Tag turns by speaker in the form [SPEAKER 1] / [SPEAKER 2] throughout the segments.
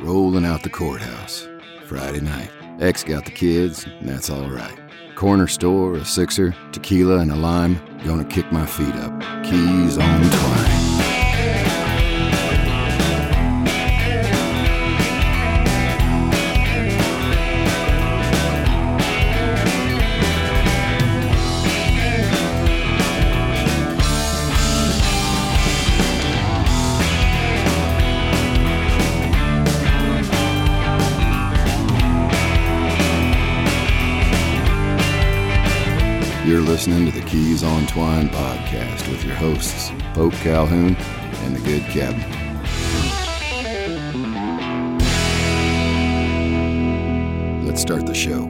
[SPEAKER 1] rolling out the courthouse. Friday night. X got the kids, and that's all right. Corner store, a sixer, tequila, and a lime. Gonna kick my feet up. Keys on twine. You're listening to the Keys on Twine podcast with your hosts, Pope Calhoun and the Good Captain. Let's start the show.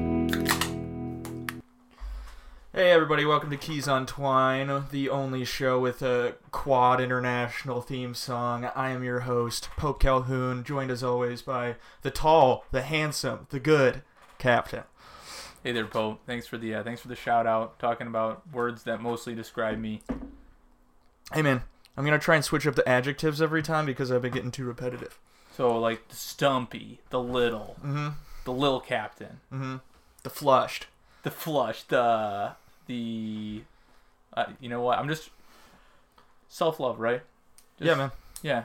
[SPEAKER 2] Hey everybody, welcome to Keys on Twine, the only show with a quad international theme song. I am your host, Pope Calhoun, joined as always by the tall, the handsome, the good captain.
[SPEAKER 3] Hey there, Pope. Thanks for the uh, thanks for the shout out. Talking about words that mostly describe me.
[SPEAKER 2] Hey man, I'm gonna try and switch up the adjectives every time because I've been getting too repetitive.
[SPEAKER 3] So like the stumpy, the little,
[SPEAKER 2] Mm-hmm.
[SPEAKER 3] the little captain,
[SPEAKER 2] Mm-hmm. The flushed.
[SPEAKER 3] the flush, the the. Uh, you know what? I'm just self love, right? Just-
[SPEAKER 2] yeah, man.
[SPEAKER 3] Yeah.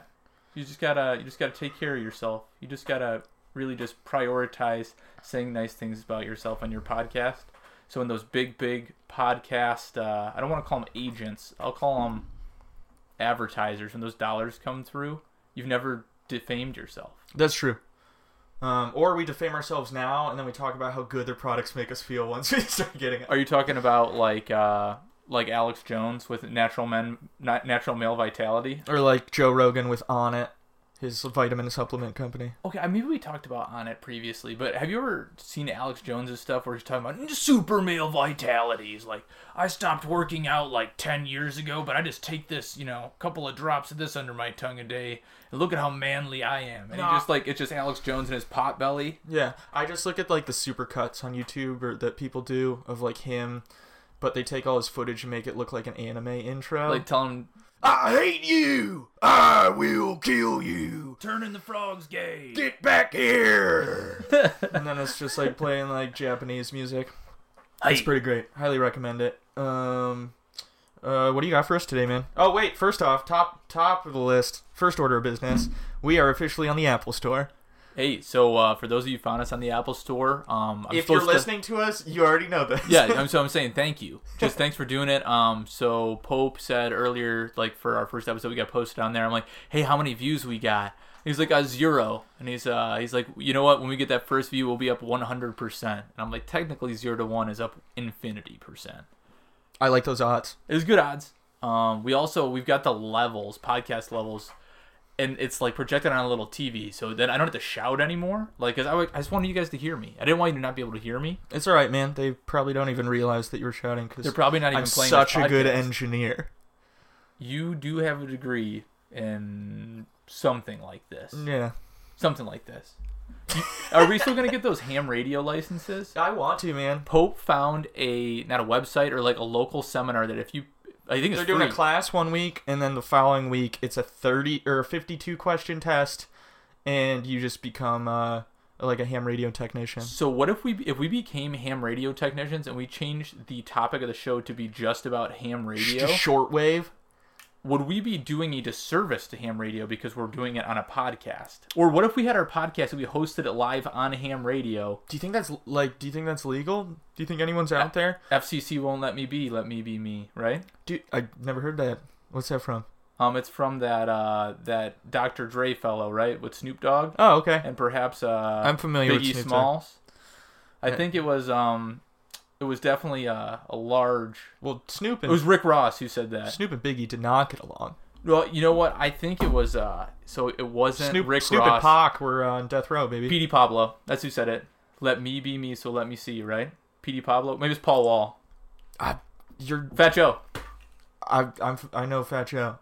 [SPEAKER 3] You just gotta you just gotta take care of yourself. You just gotta really just prioritize saying nice things about yourself on your podcast. So in those big big podcast, uh, I don't want to call them agents. I'll call them advertisers. When those dollars come through, you've never defamed yourself.
[SPEAKER 2] That's true. Um, or we defame ourselves now and then we talk about how good their products make us feel once we start getting it.
[SPEAKER 3] Are you talking about like uh, like Alex Jones with natural men na- natural male vitality?
[SPEAKER 2] Or like Joe Rogan with On It, his vitamin supplement company.
[SPEAKER 3] Okay, I- maybe we talked about on it previously, but have you ever seen Alex Jones's stuff where he's talking about "Mm, super male vitalities? Like, I stopped working out like 10 years ago, but I just take this, you know, couple of drops of this under my tongue a day, and look at how manly I am. And
[SPEAKER 2] Nah.
[SPEAKER 3] he just like, it's just Alex Jones and his pot belly.
[SPEAKER 2] Yeah, I just look at like the supercuts on YouTube or that people do of like him, but they take all his footage and make it look like an anime intro.
[SPEAKER 3] Like, tell him,
[SPEAKER 1] I hate you! I will kill you!
[SPEAKER 3] turning the frogs gay.
[SPEAKER 1] Get back here!
[SPEAKER 2] and then it's just like playing like Japanese music.
[SPEAKER 3] Hey,
[SPEAKER 2] It's pretty great. Highly recommend it. Um, uh, what do you got for us today, man? Oh wait, first off, top top of the list, first order of business. We are officially on the Apple Store.
[SPEAKER 3] hey, so uh, for those of you who found us on the Apple Store, um, I'm
[SPEAKER 2] if you're
[SPEAKER 3] supposed to-
[SPEAKER 2] listening to us, you already know this.
[SPEAKER 3] yeah, I'm, so I'm saying thank you. Just thanks for doing it. Um, so Pope said earlier, like for our first episode, we got posted on there. I'm like, hey, how many views we got? He's like a zero, and he's uh, he's like, you know what? When we get that first view, we'll be up 100. percent And I'm like, technically, zero to one is up infinity percent.
[SPEAKER 2] I like those odds.
[SPEAKER 3] It was good odds. Um, we also we've got the levels, podcast levels, and it's like projected on a little TV. So then I don't have to shout anymore. Like, 'cause I, would- I just wanted you guys to hear me. I didn't want you to not be able to hear me.
[SPEAKER 2] It's all right, man. They probably don't even realize that you were shouting because
[SPEAKER 3] They're probably not even
[SPEAKER 2] I'm
[SPEAKER 3] playing.
[SPEAKER 2] such
[SPEAKER 3] this
[SPEAKER 2] a good
[SPEAKER 3] podcast.
[SPEAKER 2] engineer.
[SPEAKER 3] you do have a degree in something like this.
[SPEAKER 2] Yeah.
[SPEAKER 3] Something like this. You- Are we still gonna get those ham radio licenses?
[SPEAKER 2] I want to, man.
[SPEAKER 3] Pope found a not a website or like a local seminar that if you, I think it's
[SPEAKER 2] They're doing a
[SPEAKER 3] free.
[SPEAKER 2] class one week, and then the following week it's a thirty or a fifty-two question test, and you just become uh, like a ham radio technician.
[SPEAKER 3] So what if we if we became ham radio technicians and we changed the topic of the show to be just about ham radio?
[SPEAKER 2] Just shortwave.
[SPEAKER 3] Would we be doing a disservice to ham radio because we're doing it on a podcast? Or what if we had our podcast and we hosted it live on ham radio?
[SPEAKER 2] Do you think that's like? Do you think that's legal? Do you think anyone's out there?
[SPEAKER 3] FCC won't let me be, let me be me, right?
[SPEAKER 2] Dude, I never heard that. What's that from?
[SPEAKER 3] Um, it's from that uh that Dr. Dre fellow, right, with Snoop Dogg,
[SPEAKER 2] Oh, okay.
[SPEAKER 3] and perhaps uh
[SPEAKER 2] I'm familiar with
[SPEAKER 3] Biggie
[SPEAKER 2] Snoop Dogg.
[SPEAKER 3] Smalls. I
[SPEAKER 2] Yeah.
[SPEAKER 3] think it was um, it was definitely uh, a, a large.
[SPEAKER 2] Well, Snoop
[SPEAKER 3] It
[SPEAKER 2] and
[SPEAKER 3] was Rick Ross who said that.
[SPEAKER 2] Snoop and Biggie did not get along.
[SPEAKER 3] Well, you know what? I think it was uh, so it wasn't
[SPEAKER 2] Snoop,
[SPEAKER 3] Rick
[SPEAKER 2] Snoop and
[SPEAKER 3] Ross.
[SPEAKER 2] Pac were uh, on death row, baby.
[SPEAKER 3] P.D. Pablo. That's who said it. Let me be me, so let me see you, right? P.D. Pablo. Maybe it's Paul Wall.
[SPEAKER 2] I, you're,
[SPEAKER 3] Fat Joe.
[SPEAKER 2] I, I'm, I know Fat Joe.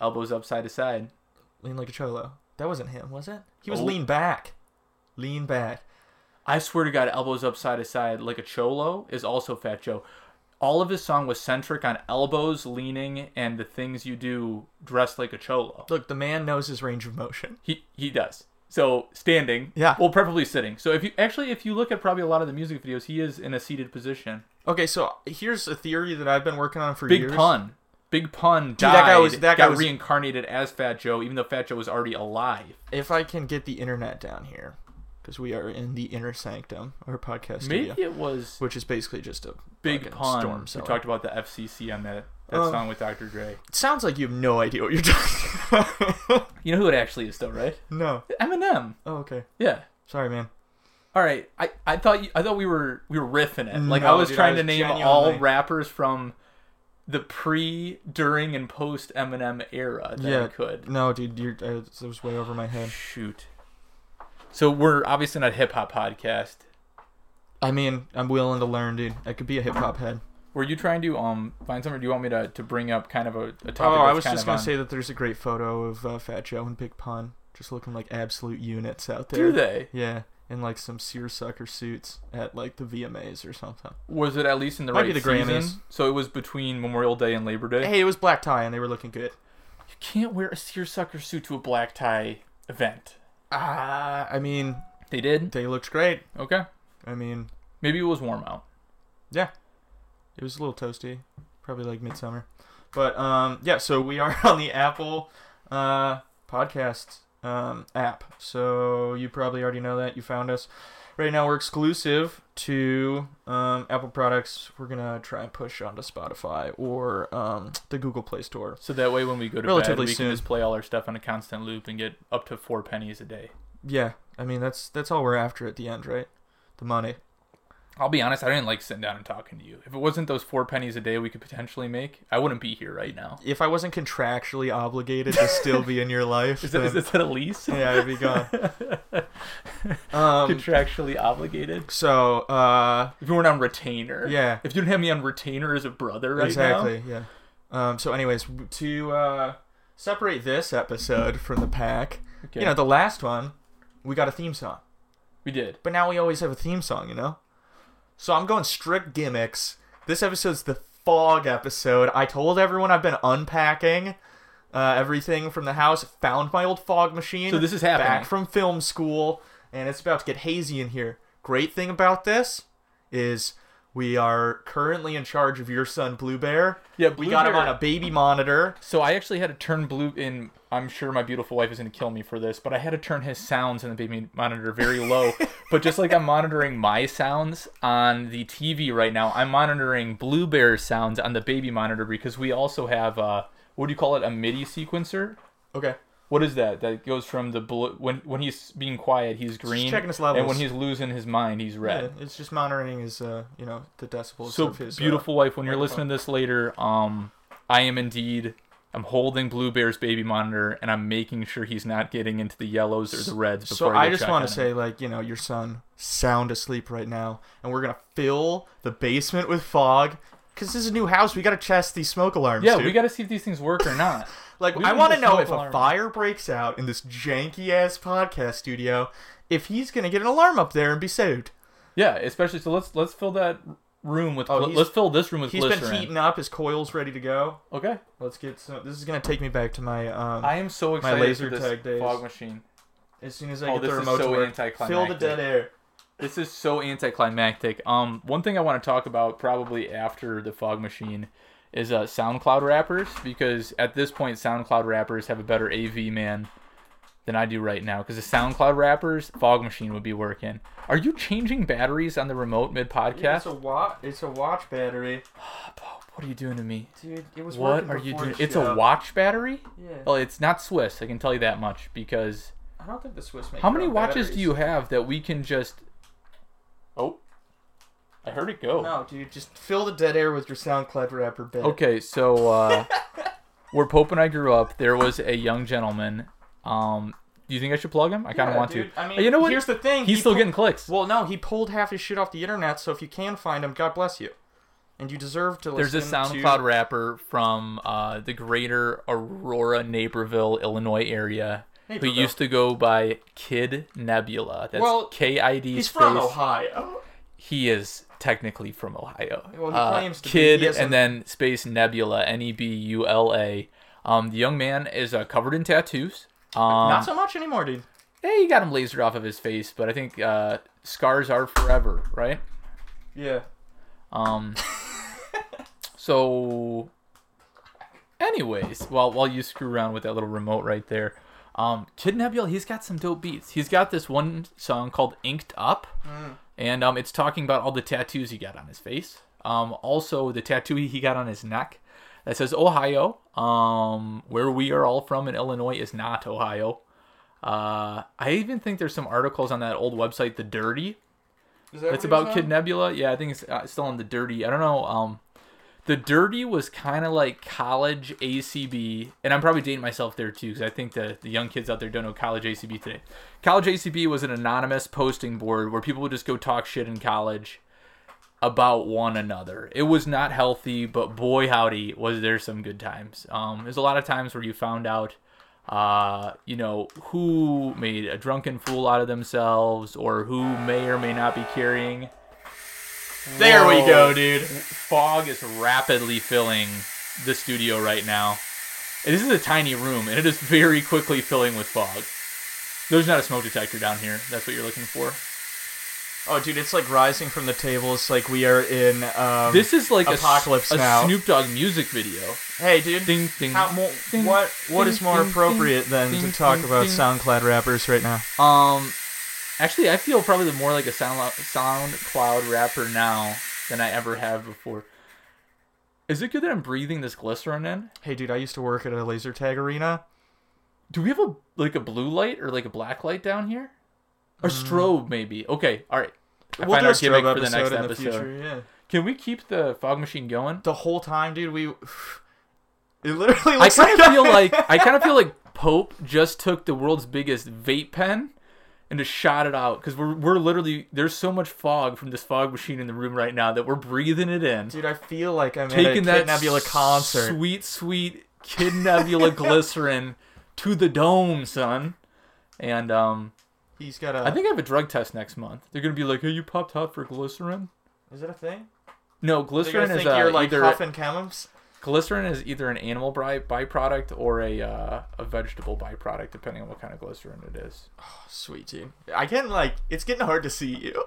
[SPEAKER 3] Elbows up, side to side.
[SPEAKER 2] Lean like a cholo. That wasn't him, was it? He was
[SPEAKER 3] Oh.
[SPEAKER 2] lean back. Lean back.
[SPEAKER 3] I swear to God, elbows up side to side like a cholo is also Fat Joe. All of his song was centric on elbows, leaning, and the things you do dressed like a cholo.
[SPEAKER 2] Look, the man knows his range of motion.
[SPEAKER 3] He he does. So standing.
[SPEAKER 2] Yeah.
[SPEAKER 3] Well, preferably sitting. So if you actually, if you look at probably a lot of the music videos, he is in a seated position.
[SPEAKER 2] Okay, so here's a theory that I've been working on for
[SPEAKER 3] Big
[SPEAKER 2] years.
[SPEAKER 3] pun. Big pun died.
[SPEAKER 2] that guy was- that guy
[SPEAKER 3] got
[SPEAKER 2] was-
[SPEAKER 3] reincarnated as Fat Joe, even though Fat Joe was already alive.
[SPEAKER 2] If I can get the internet down here, because we are in the inner sanctum, our podcast
[SPEAKER 3] Maybe
[SPEAKER 2] studio,
[SPEAKER 3] it was
[SPEAKER 2] which is basically just a
[SPEAKER 3] Big
[SPEAKER 2] fucking
[SPEAKER 3] Pun.
[SPEAKER 2] storm.
[SPEAKER 3] we
[SPEAKER 2] cellar.
[SPEAKER 3] talked about the FCC on that that
[SPEAKER 2] Uh,
[SPEAKER 3] song with Dr. Dre.
[SPEAKER 2] It sounds like you have no idea what you're talking. about.
[SPEAKER 3] You know who it actually is, though, right?
[SPEAKER 2] no.
[SPEAKER 3] Eminem.
[SPEAKER 2] Oh, okay.
[SPEAKER 3] Yeah.
[SPEAKER 2] Sorry, man.
[SPEAKER 3] All right, I, I thought you, I thought we were we were riffing it. Like I
[SPEAKER 2] No,
[SPEAKER 3] was
[SPEAKER 2] dude, I
[SPEAKER 3] trying
[SPEAKER 2] was
[SPEAKER 3] to name all
[SPEAKER 2] genuinely-
[SPEAKER 3] rappers from the pre, during, and post Eminem era that
[SPEAKER 2] yeah,
[SPEAKER 3] I could.
[SPEAKER 2] No, dude, you're, uh, it was way over my head.
[SPEAKER 3] Shoot. So we're obviously not a hip hop podcast.
[SPEAKER 2] I mean, I'm willing to learn, dude. I could be a hip hop head.
[SPEAKER 3] Were you trying to um find something? Or do you want me to, to bring up kind of a, a topic?
[SPEAKER 2] Oh, I
[SPEAKER 3] that's
[SPEAKER 2] was
[SPEAKER 3] kind
[SPEAKER 2] just
[SPEAKER 3] of
[SPEAKER 2] gonna
[SPEAKER 3] on-
[SPEAKER 2] say that there's a great photo of uh, Fat Joe and Big Pun just looking like absolute units out there.
[SPEAKER 3] Do they?
[SPEAKER 2] Yeah, in like some seersucker suits at like the VMAs or something.
[SPEAKER 3] Was it at least in the
[SPEAKER 2] Might
[SPEAKER 3] right
[SPEAKER 2] be the
[SPEAKER 3] season?
[SPEAKER 2] Grammys.
[SPEAKER 3] So it was between Memorial Day and Labor Day.
[SPEAKER 2] Hey, it was black tie and they were looking good.
[SPEAKER 3] You can't wear a seersucker suit to a black tie event.
[SPEAKER 2] Ah, I mean,
[SPEAKER 3] They did.
[SPEAKER 2] they looked great.
[SPEAKER 3] Okay.
[SPEAKER 2] I mean,
[SPEAKER 3] Maybe it was warm out.
[SPEAKER 2] yeah, it was a little toasty, probably like midsummer. But um, yeah, so we are on the Apple uh, podcast um, app. So you probably already know that you found us. Right now, we're exclusive to um, Apple products. We're gonna try and push onto Spotify or um, the Google Play Store.
[SPEAKER 3] So that way, when we go to
[SPEAKER 2] Relatively
[SPEAKER 3] bed, we
[SPEAKER 2] soon.
[SPEAKER 3] can just play all our stuff on a constant loop and get up to four pennies a day.
[SPEAKER 2] Yeah, I mean that's that's all we're after at the end, right? The money.
[SPEAKER 3] I'll be honest, I didn't like sitting down and talking to you. If it wasn't those four pennies a day we could potentially make, I wouldn't be here right now.
[SPEAKER 2] If I wasn't contractually obligated to still be in your life,
[SPEAKER 3] Is that, is
[SPEAKER 2] then-
[SPEAKER 3] that a lease?
[SPEAKER 2] yeah, I'd be gone. Um,
[SPEAKER 3] Contractually obligated.
[SPEAKER 2] so uh,
[SPEAKER 3] If you weren't on retainer,
[SPEAKER 2] Yeah.
[SPEAKER 3] If you didn't have me on retainer as a brother right now,
[SPEAKER 2] exactly, yeah. Um, so, anyways, to uh, separate this episode from the pack,
[SPEAKER 3] Okay.
[SPEAKER 2] you know, the last one, we got a theme song,
[SPEAKER 3] we did.
[SPEAKER 2] but now we always have a theme song, you know. So I'm going strict gimmicks. This episode's the fog episode. I told everyone I've been unpacking. Uh, everything from the house. Found my old fog machine.
[SPEAKER 3] So this is happening.
[SPEAKER 2] Back from film school, and it's about to get hazy in here. Great thing about this is we are currently in charge of your son Blue Bear.
[SPEAKER 3] Yeah,
[SPEAKER 2] we
[SPEAKER 3] Blue
[SPEAKER 2] got him
[SPEAKER 3] Bear-
[SPEAKER 2] on a baby monitor.
[SPEAKER 3] So I actually had to turn blue in. I'm sure my beautiful wife is going to kill me for this, but I had to turn his sounds in the baby monitor very low. but just like I'm monitoring my sounds on the TV right now, I'm monitoring Blue Bear's sounds on the baby monitor because we also have uh, what do you call it? A MIDI sequencer.
[SPEAKER 2] Okay.
[SPEAKER 3] What is that? That goes from the blue when when he's being quiet, he's green,
[SPEAKER 2] checking his levels.
[SPEAKER 3] and when he's losing his mind, he's red.
[SPEAKER 2] Yeah, it's just monitoring his, uh, you know, the decibels
[SPEAKER 3] So
[SPEAKER 2] of his. uh,
[SPEAKER 3] beautiful wife, when you're listening to this later, um, I am indeed. I'm holding Blue Bear's baby monitor, and I'm making sure he's not getting into the yellows or the reds. Before
[SPEAKER 2] so I
[SPEAKER 3] go
[SPEAKER 2] just
[SPEAKER 3] check
[SPEAKER 2] want
[SPEAKER 3] on
[SPEAKER 2] to
[SPEAKER 3] him.
[SPEAKER 2] say, like, you know, your son sound asleep right now, and we're gonna fill the basement with fog. Cause this is a new house, we gotta test these smoke alarms.
[SPEAKER 3] yeah,
[SPEAKER 2] dude.
[SPEAKER 3] we got to see if these things work or not.
[SPEAKER 2] Like,
[SPEAKER 3] We
[SPEAKER 2] I
[SPEAKER 3] need
[SPEAKER 2] want to
[SPEAKER 3] the
[SPEAKER 2] know
[SPEAKER 3] smoke
[SPEAKER 2] if a
[SPEAKER 3] alarm.
[SPEAKER 2] fire breaks out in this janky ass podcast studio, if he's gonna get an alarm up there and be saved.
[SPEAKER 3] yeah, especially so. Let's let's fill that room with. gli-
[SPEAKER 2] Oh, he's-
[SPEAKER 3] let's fill this room with
[SPEAKER 2] He's been
[SPEAKER 3] glycerin.
[SPEAKER 2] heating up, his coils ready to go.
[SPEAKER 3] Okay,
[SPEAKER 2] Let's get some. This is gonna take me back to my. Um,
[SPEAKER 3] I am so excited
[SPEAKER 2] laser
[SPEAKER 3] for this
[SPEAKER 2] tag days.
[SPEAKER 3] fog machine.
[SPEAKER 2] as soon as I
[SPEAKER 3] Oh,
[SPEAKER 2] get
[SPEAKER 3] this
[SPEAKER 2] the
[SPEAKER 3] is
[SPEAKER 2] remote
[SPEAKER 3] so
[SPEAKER 2] to work, fill the
[SPEAKER 3] anticlimactic.
[SPEAKER 2] dead air.
[SPEAKER 3] This is so anticlimactic. Um, one thing I want to talk about probably after the fog machine is uh, SoundCloud rappers because at this point SoundCloud rappers have a better AV man than I do right now because the SoundCloud rappers fog machine would be working. Are you changing batteries on the remote mid podcast? Oh,
[SPEAKER 2] It's a watch. It's a watch battery,
[SPEAKER 3] what are you doing to me?
[SPEAKER 2] dude. It was
[SPEAKER 3] What
[SPEAKER 2] working
[SPEAKER 3] are you
[SPEAKER 2] before
[SPEAKER 3] doing?
[SPEAKER 2] the
[SPEAKER 3] It's
[SPEAKER 2] show.
[SPEAKER 3] a watch battery?
[SPEAKER 2] Yeah.
[SPEAKER 3] Well, it's not Swiss. I can tell you that much because
[SPEAKER 2] I don't think the Swiss make.
[SPEAKER 3] How
[SPEAKER 2] their
[SPEAKER 3] many
[SPEAKER 2] own
[SPEAKER 3] watches
[SPEAKER 2] batteries.
[SPEAKER 3] do you have that we can just Oh. I heard it go.
[SPEAKER 2] No, dude. Just fill the dead air with your SoundCloud rapper bed.
[SPEAKER 3] Okay, so uh, where Pope and I grew up, there was a young gentleman. Um, do you think I should plug him? I kind of
[SPEAKER 2] Yeah,
[SPEAKER 3] want
[SPEAKER 2] dude.
[SPEAKER 3] to. Uh,
[SPEAKER 2] I mean,
[SPEAKER 3] you know what?
[SPEAKER 2] Here's the thing.
[SPEAKER 3] He's
[SPEAKER 2] he
[SPEAKER 3] still
[SPEAKER 2] pull-
[SPEAKER 3] getting clicks.
[SPEAKER 2] Well, no, he pulled half his shit off the internet, so if you can find him, God bless you. And you deserve to
[SPEAKER 3] There's
[SPEAKER 2] listen
[SPEAKER 3] a
[SPEAKER 2] to...
[SPEAKER 3] SoundCloud rapper from uh, the greater Aurora, Naperville, Illinois area who
[SPEAKER 2] Naperville.
[SPEAKER 3] used to go by Kid Nebula. That's
[SPEAKER 2] Well,
[SPEAKER 3] K-I-D
[SPEAKER 2] He's
[SPEAKER 3] space.
[SPEAKER 2] from Ohio.
[SPEAKER 3] He is technically from Ohio.
[SPEAKER 2] Well, he
[SPEAKER 3] Uh,
[SPEAKER 2] claims to be.
[SPEAKER 3] Kid
[SPEAKER 2] He hasn't-
[SPEAKER 3] and then space Nebula, E N-E-B-U-L-A. Um, the young man is uh, covered in tattoos. Um,
[SPEAKER 2] Not so much anymore, dude.
[SPEAKER 3] Hey, you Eh, got him lasered off of his face, but I think uh, scars are forever, right?
[SPEAKER 2] Yeah.
[SPEAKER 3] Um. so, anyways, while while you screw around with that little remote right there, um, Kid Nebula, he's got some dope beats. He's got this one song called "Inked Up," and um, it's talking about all the tattoos he got on his face. Um, also the tattoo he got on his neck that says Ohio. Um, where we are all from in Illinois is not Ohio. Uh, I even think there's some articles on that old website, The Dirty,
[SPEAKER 2] Is that
[SPEAKER 3] it's about Kid Nebula. Yeah, I think it's uh, still on the Dirty. I don't know. Um, the Dirty was kind of like college ACB, and I'm probably dating myself there too because I think the the young kids out there don't know college ACB today. College ACB was an anonymous posting board where people would just go talk shit in college about one another. It was not healthy, but boy howdy, was there some good times. Um, there's a lot of times where you found out uh, you know, who made a drunken fool out of themselves or who may or may not be carrying.
[SPEAKER 2] There we go,
[SPEAKER 3] dude. Fog is rapidly filling the studio right now. And this is a tiny room, and it is very quickly filling with fog. There's not a smoke detector down here. That's what you're looking for.
[SPEAKER 2] Oh, dude, it's like rising from the tables. Like we are in. Um,
[SPEAKER 3] This is like a s-
[SPEAKER 2] Apocalypse
[SPEAKER 3] a,
[SPEAKER 2] Now.
[SPEAKER 3] Snoop Dogg music video.
[SPEAKER 2] Hey, dude.
[SPEAKER 3] Ding, ding,
[SPEAKER 2] How, mo-
[SPEAKER 3] ding,
[SPEAKER 2] what what
[SPEAKER 3] ding,
[SPEAKER 2] is more
[SPEAKER 3] ding,
[SPEAKER 2] appropriate
[SPEAKER 3] ding,
[SPEAKER 2] than
[SPEAKER 3] ding,
[SPEAKER 2] to talk
[SPEAKER 3] ding,
[SPEAKER 2] about
[SPEAKER 3] ding.
[SPEAKER 2] SoundCloud rappers right now?
[SPEAKER 3] Um, actually, I feel probably the more like a sound SoundCloud rapper now than I ever have before. Is it good that I'm breathing this glycerin in?
[SPEAKER 2] Hey, dude, I used to work at a laser tag arena.
[SPEAKER 3] Do we have a like a blue light or like a black light down here? Or strobe maybe? Okay, all right. I
[SPEAKER 2] Mm. We'll
[SPEAKER 3] find
[SPEAKER 2] do a
[SPEAKER 3] our gimmick
[SPEAKER 2] strobe episode
[SPEAKER 3] for the next
[SPEAKER 2] in
[SPEAKER 3] episode.
[SPEAKER 2] the future. Yeah.
[SPEAKER 3] Can we keep the fog machine going?
[SPEAKER 2] The whole time, dude, we. It literally
[SPEAKER 3] I
[SPEAKER 2] looks
[SPEAKER 3] kind of
[SPEAKER 2] like
[SPEAKER 3] feel like I kind of feel like Pope just took the world's biggest vape pen and just shot it out because we're we're literally there's so much fog from this fog machine in the room right now that we're breathing it in,
[SPEAKER 2] Dude, I feel like I'm at a
[SPEAKER 3] taking
[SPEAKER 2] Kid
[SPEAKER 3] that
[SPEAKER 2] Nebula concert.
[SPEAKER 3] sweet sweet Kid Nebula glycerin to the dome, son. And um,
[SPEAKER 2] He's got a.
[SPEAKER 3] I think I have a drug test next month. They're gonna be like, "Hey, you popped hot for glycerin?"
[SPEAKER 2] Is it a thing? They're
[SPEAKER 3] No,
[SPEAKER 2] gonna
[SPEAKER 3] glycerin is
[SPEAKER 2] think
[SPEAKER 3] uh,
[SPEAKER 2] you're like
[SPEAKER 3] either
[SPEAKER 2] huffing chems.
[SPEAKER 3] glycerin is either an animal by- byproduct or a uh, a vegetable byproduct, depending on what kind of glycerin it is.
[SPEAKER 2] Oh, Sweet, dude. I can like. It's getting hard to see you.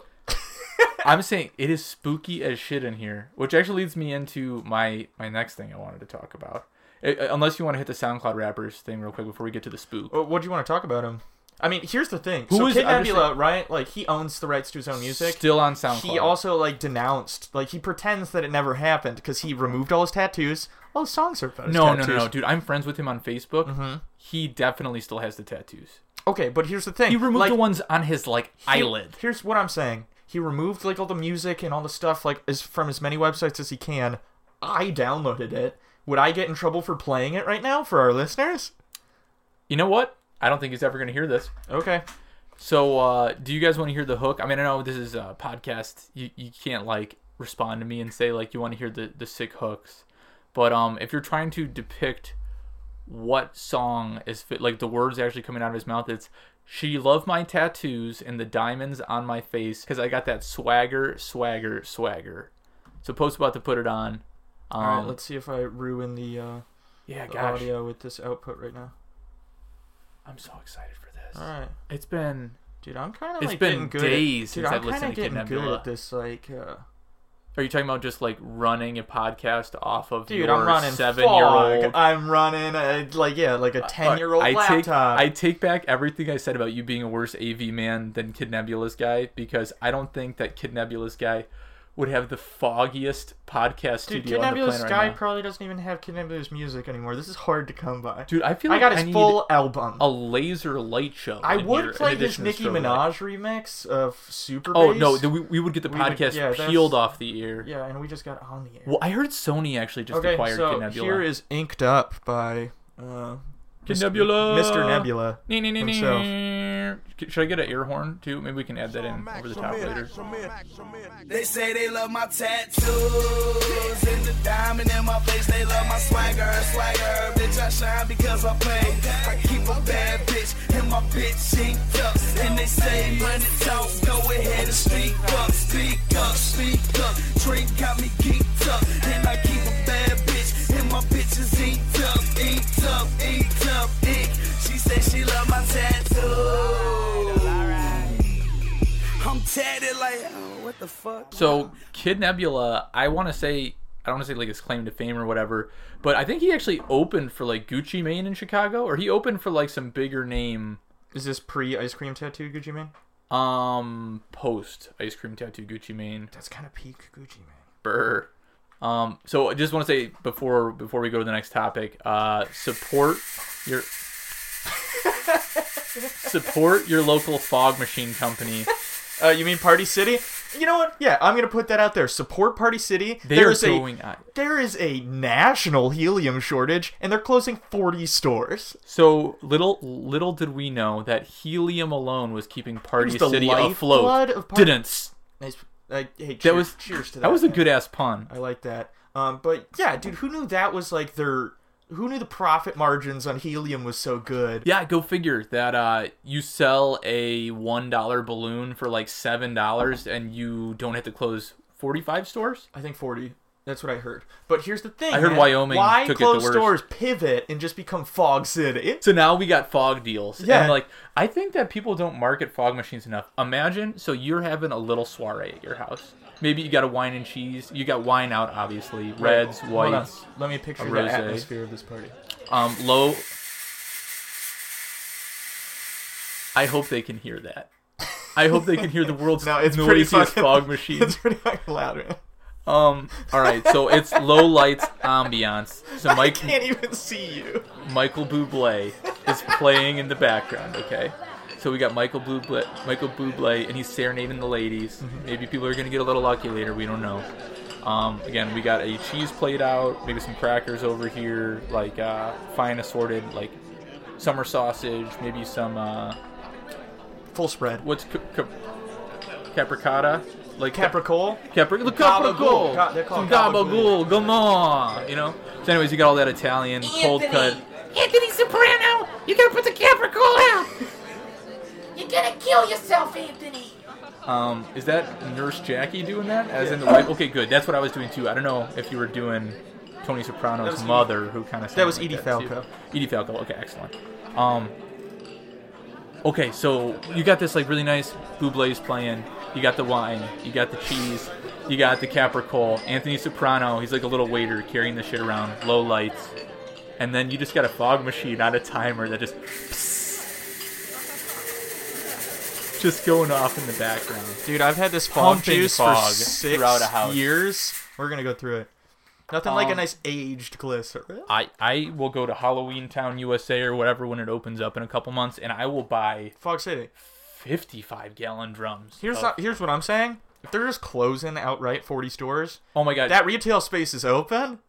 [SPEAKER 3] I'm saying it is spooky as shit in here, which actually leads me into my my next thing I wanted to talk about. Uh, unless you want to hit the SoundCloud rappers thing real quick before we get to the spook.
[SPEAKER 2] Well, Oh, What do you want to talk about him? I mean, here's the thing.
[SPEAKER 3] Who
[SPEAKER 2] so
[SPEAKER 3] is-
[SPEAKER 2] Kid
[SPEAKER 3] I'm just
[SPEAKER 2] Nebula, right? Like he owns the rights to his own music.
[SPEAKER 3] Still on SoundCloud.
[SPEAKER 2] He also like denounced, like he pretends that it never happened because he removed all his tattoos. All his songs are about his
[SPEAKER 3] no, no,
[SPEAKER 2] tattoos. Mm-hmm.
[SPEAKER 3] no, no, dude. I'm friends with him on Facebook. He definitely still has the tattoos.
[SPEAKER 2] Okay, but here's the thing.
[SPEAKER 3] He removed
[SPEAKER 2] like,
[SPEAKER 3] the ones on his like
[SPEAKER 2] he-
[SPEAKER 3] eyelid.
[SPEAKER 2] Here's what I'm saying. He removed like all the music and all the stuff like as from as many websites as he can. I downloaded it. Would I get in trouble for playing it right now for our listeners?
[SPEAKER 3] You know what? I don't think he's ever gonna hear this.
[SPEAKER 2] Okay.
[SPEAKER 3] So, uh, do you guys want to hear the hook? I mean, I know this is a podcast. You, you can't like respond to me and say like you want to hear the the sick hooks, but um, if you're trying to depict what song is fit, like the words actually coming out of his mouth, it's "She loved my tattoos and the diamonds on my face because I got that swagger, swagger, swagger." So, Pope's about to put it on. Um,
[SPEAKER 2] All right. Let's see if I ruin the, uh,
[SPEAKER 3] yeah,
[SPEAKER 2] the
[SPEAKER 3] gosh,
[SPEAKER 2] audio with this output right now.
[SPEAKER 3] I'm so excited for this.
[SPEAKER 2] All right.
[SPEAKER 3] It's been
[SPEAKER 2] Dude, I'm kind of
[SPEAKER 3] It's
[SPEAKER 2] like
[SPEAKER 3] been
[SPEAKER 2] getting good
[SPEAKER 3] days
[SPEAKER 2] at,
[SPEAKER 3] since
[SPEAKER 2] dude,
[SPEAKER 3] I've
[SPEAKER 2] I'm kinda
[SPEAKER 3] listened to Kid
[SPEAKER 2] getting good
[SPEAKER 3] Nebula.
[SPEAKER 2] at this like uh,
[SPEAKER 3] Are you talking about just like running a podcast off of
[SPEAKER 2] dude,
[SPEAKER 3] your
[SPEAKER 2] I'm running
[SPEAKER 3] seven year old?
[SPEAKER 2] fog. I'm running a, like yeah, like a 10-year-old
[SPEAKER 3] I
[SPEAKER 2] laptop.
[SPEAKER 3] take I take back everything I said about you being a worse AV man than Kid Nebula's guy because I don't think that Kid Nebula's guy would have the foggiest podcast studio
[SPEAKER 2] dude, Kid
[SPEAKER 3] on the
[SPEAKER 2] Nebula's
[SPEAKER 3] planet right
[SPEAKER 2] guy
[SPEAKER 3] now.
[SPEAKER 2] probably doesn't even have Kid Nebula's music anymore. This is hard to come by.
[SPEAKER 3] Dude, I feel
[SPEAKER 2] I
[SPEAKER 3] like
[SPEAKER 2] got his
[SPEAKER 3] need
[SPEAKER 2] full album.
[SPEAKER 3] a laser light show.
[SPEAKER 2] I
[SPEAKER 3] in here,
[SPEAKER 2] would
[SPEAKER 3] in
[SPEAKER 2] play this
[SPEAKER 3] addition to
[SPEAKER 2] Nicki
[SPEAKER 3] Strobe Light.
[SPEAKER 2] Minaj remix of Super.
[SPEAKER 3] Oh
[SPEAKER 2] Bass.
[SPEAKER 3] no, then we, we would get the
[SPEAKER 2] We would-
[SPEAKER 3] podcast
[SPEAKER 2] yeah, that's-
[SPEAKER 3] peeled off the ear.
[SPEAKER 2] yeah, and we just got on the air.
[SPEAKER 3] Well, I heard Sony actually just
[SPEAKER 2] okay,
[SPEAKER 3] acquired
[SPEAKER 2] so
[SPEAKER 3] Kid Nebula.
[SPEAKER 2] here is "Inked Up" by uh,
[SPEAKER 3] Kid
[SPEAKER 2] Mis-
[SPEAKER 3] Nebula.
[SPEAKER 2] Mr. Nebula.
[SPEAKER 3] Nee, nee, nee, nee. Should I get an air horn too? Maybe we can add that in over the top later.
[SPEAKER 4] They say they love my tattoos and the diamond in my face. They love my swagger, swagger. Bitch, I shine because I play. I keep a bad bitch and my bitch she up. And they say money talks. Go ahead and speak up, speak up, speak up. Drink got me geeked up, and I keep a bad bitch and my bitches eat up, eat up, eat up, eat. She said she love my tattoos. tatted like, oh, what the fuck?
[SPEAKER 3] So Kid Nebula, I want to say I don't want to say like his claim to fame or whatever, but I think he actually opened for like Gucci Mane in Chicago, or he opened for like some bigger name,
[SPEAKER 2] Is this pre ice cream tattoo Gucci Mane?
[SPEAKER 3] um, post Ice Cream Tattoo Gucci Mane.
[SPEAKER 2] That's kind of peak Gucci Mane.
[SPEAKER 3] Brr. Um, so I just want to say before before we go to the next topic, uh, support your support your local fog machine company.
[SPEAKER 2] Uh, you mean Party City? You know what? Yeah, I'm gonna put that out there. Support Party City.
[SPEAKER 3] They
[SPEAKER 2] there
[SPEAKER 3] are
[SPEAKER 2] is a
[SPEAKER 3] going on.
[SPEAKER 2] there is a national helium shortage, and they're closing 40 stores.
[SPEAKER 3] So little little did we know that helium alone was keeping Party
[SPEAKER 2] It was the
[SPEAKER 3] City
[SPEAKER 2] lifeblood
[SPEAKER 3] afloat.
[SPEAKER 2] of Party-
[SPEAKER 3] Didn't.
[SPEAKER 2] Nice. I, hey, cheers,
[SPEAKER 3] was-
[SPEAKER 2] cheers to that.
[SPEAKER 3] That was a
[SPEAKER 2] man.
[SPEAKER 3] good ass pun.
[SPEAKER 2] I like that. Um, but yeah, dude, who knew that was like their? Who knew the profit margins on helium was so good?
[SPEAKER 3] Yeah, go figure that uh, you sell a one dollar balloon for like seven dollars, and you don't have to close forty five stores.
[SPEAKER 2] I think 40. That's what I heard. But here's the thing.
[SPEAKER 3] I heard
[SPEAKER 2] man.
[SPEAKER 3] Wyoming
[SPEAKER 2] Why
[SPEAKER 3] took it the
[SPEAKER 2] close
[SPEAKER 3] worst.
[SPEAKER 2] stores, pivot, and just become Fog City?
[SPEAKER 3] So now we got fog deals.
[SPEAKER 2] Yeah.
[SPEAKER 3] And like I think that people don't market fog machines enough. Imagine so you're having a little soiree at your house. Maybe you got a wine and cheese. You got wine out, obviously. Reds,
[SPEAKER 2] Hold on.
[SPEAKER 3] whites,
[SPEAKER 2] Let me picture
[SPEAKER 3] a
[SPEAKER 2] the
[SPEAKER 3] rosé.
[SPEAKER 2] atmosphere of this party.
[SPEAKER 3] um, low. I hope they can hear that. I hope they can hear the world's
[SPEAKER 2] No, it's pretty
[SPEAKER 3] noisiest
[SPEAKER 2] fucking,
[SPEAKER 3] fog machine.
[SPEAKER 2] It's pretty fucking loud, man.
[SPEAKER 3] Um. All right. So it's low lights ambiance. So
[SPEAKER 2] I
[SPEAKER 3] Mike
[SPEAKER 2] can't even see you.
[SPEAKER 3] Michael Bublé is playing in the background. Okay. So we got Michael Bublé, Michael Bublé, and he's serenading the ladies.
[SPEAKER 2] Mm-hmm.
[SPEAKER 3] Maybe people are gonna get a little lucky later. We don't know. Um, again, we got a cheese plate out, maybe some crackers over here, like uh, fine assorted, like summer sausage, maybe some uh,
[SPEAKER 2] Full spread.
[SPEAKER 3] what's ca- ca- capricotta, like
[SPEAKER 2] Capricole?
[SPEAKER 3] Capri, the
[SPEAKER 2] Gabagool.
[SPEAKER 3] Gabagool.
[SPEAKER 2] Ga- they're called
[SPEAKER 3] Gabagool. Come on. You know? So, anyways, you got all that Italian cold cut.
[SPEAKER 5] Anthony Soprano, you gotta put the camera cool out. You're gonna kill yourself, Anthony.
[SPEAKER 3] Um, is that Nurse Jackie doing that? As in the wife? Okay, good. That's what I was doing too. I don't know if you were doing Tony
[SPEAKER 2] That
[SPEAKER 3] Soprano's
[SPEAKER 2] was Edie-
[SPEAKER 3] mother, who kind of
[SPEAKER 2] that was Edie Falco.
[SPEAKER 3] Edie E Falco. Okay, excellent. Um, okay, so you got this like really nice Bublé's playing. You got the wine. You got the cheese. You got the capricole. Anthony Soprano. He's like a little waiter carrying the shit around. Low lights. And then you just got a fog machine on a timer that just just going off in the background.
[SPEAKER 2] Dude, I've had this fog
[SPEAKER 3] Pumping
[SPEAKER 2] juice for
[SPEAKER 3] fog
[SPEAKER 2] six
[SPEAKER 3] throughout a house.
[SPEAKER 2] years. We're gonna go through it. Nothing like a
[SPEAKER 3] Um,
[SPEAKER 2] nice aged glycerin.
[SPEAKER 3] I I will go to Halloween Town USA or whatever when it opens up in a couple months, and I will buy
[SPEAKER 2] Fog City.
[SPEAKER 3] 55 gallon drums.
[SPEAKER 2] Here's
[SPEAKER 3] of-
[SPEAKER 2] not, here's what I'm saying. If they're just closing outright 40 stores,
[SPEAKER 3] oh my god.
[SPEAKER 2] that retail space is open.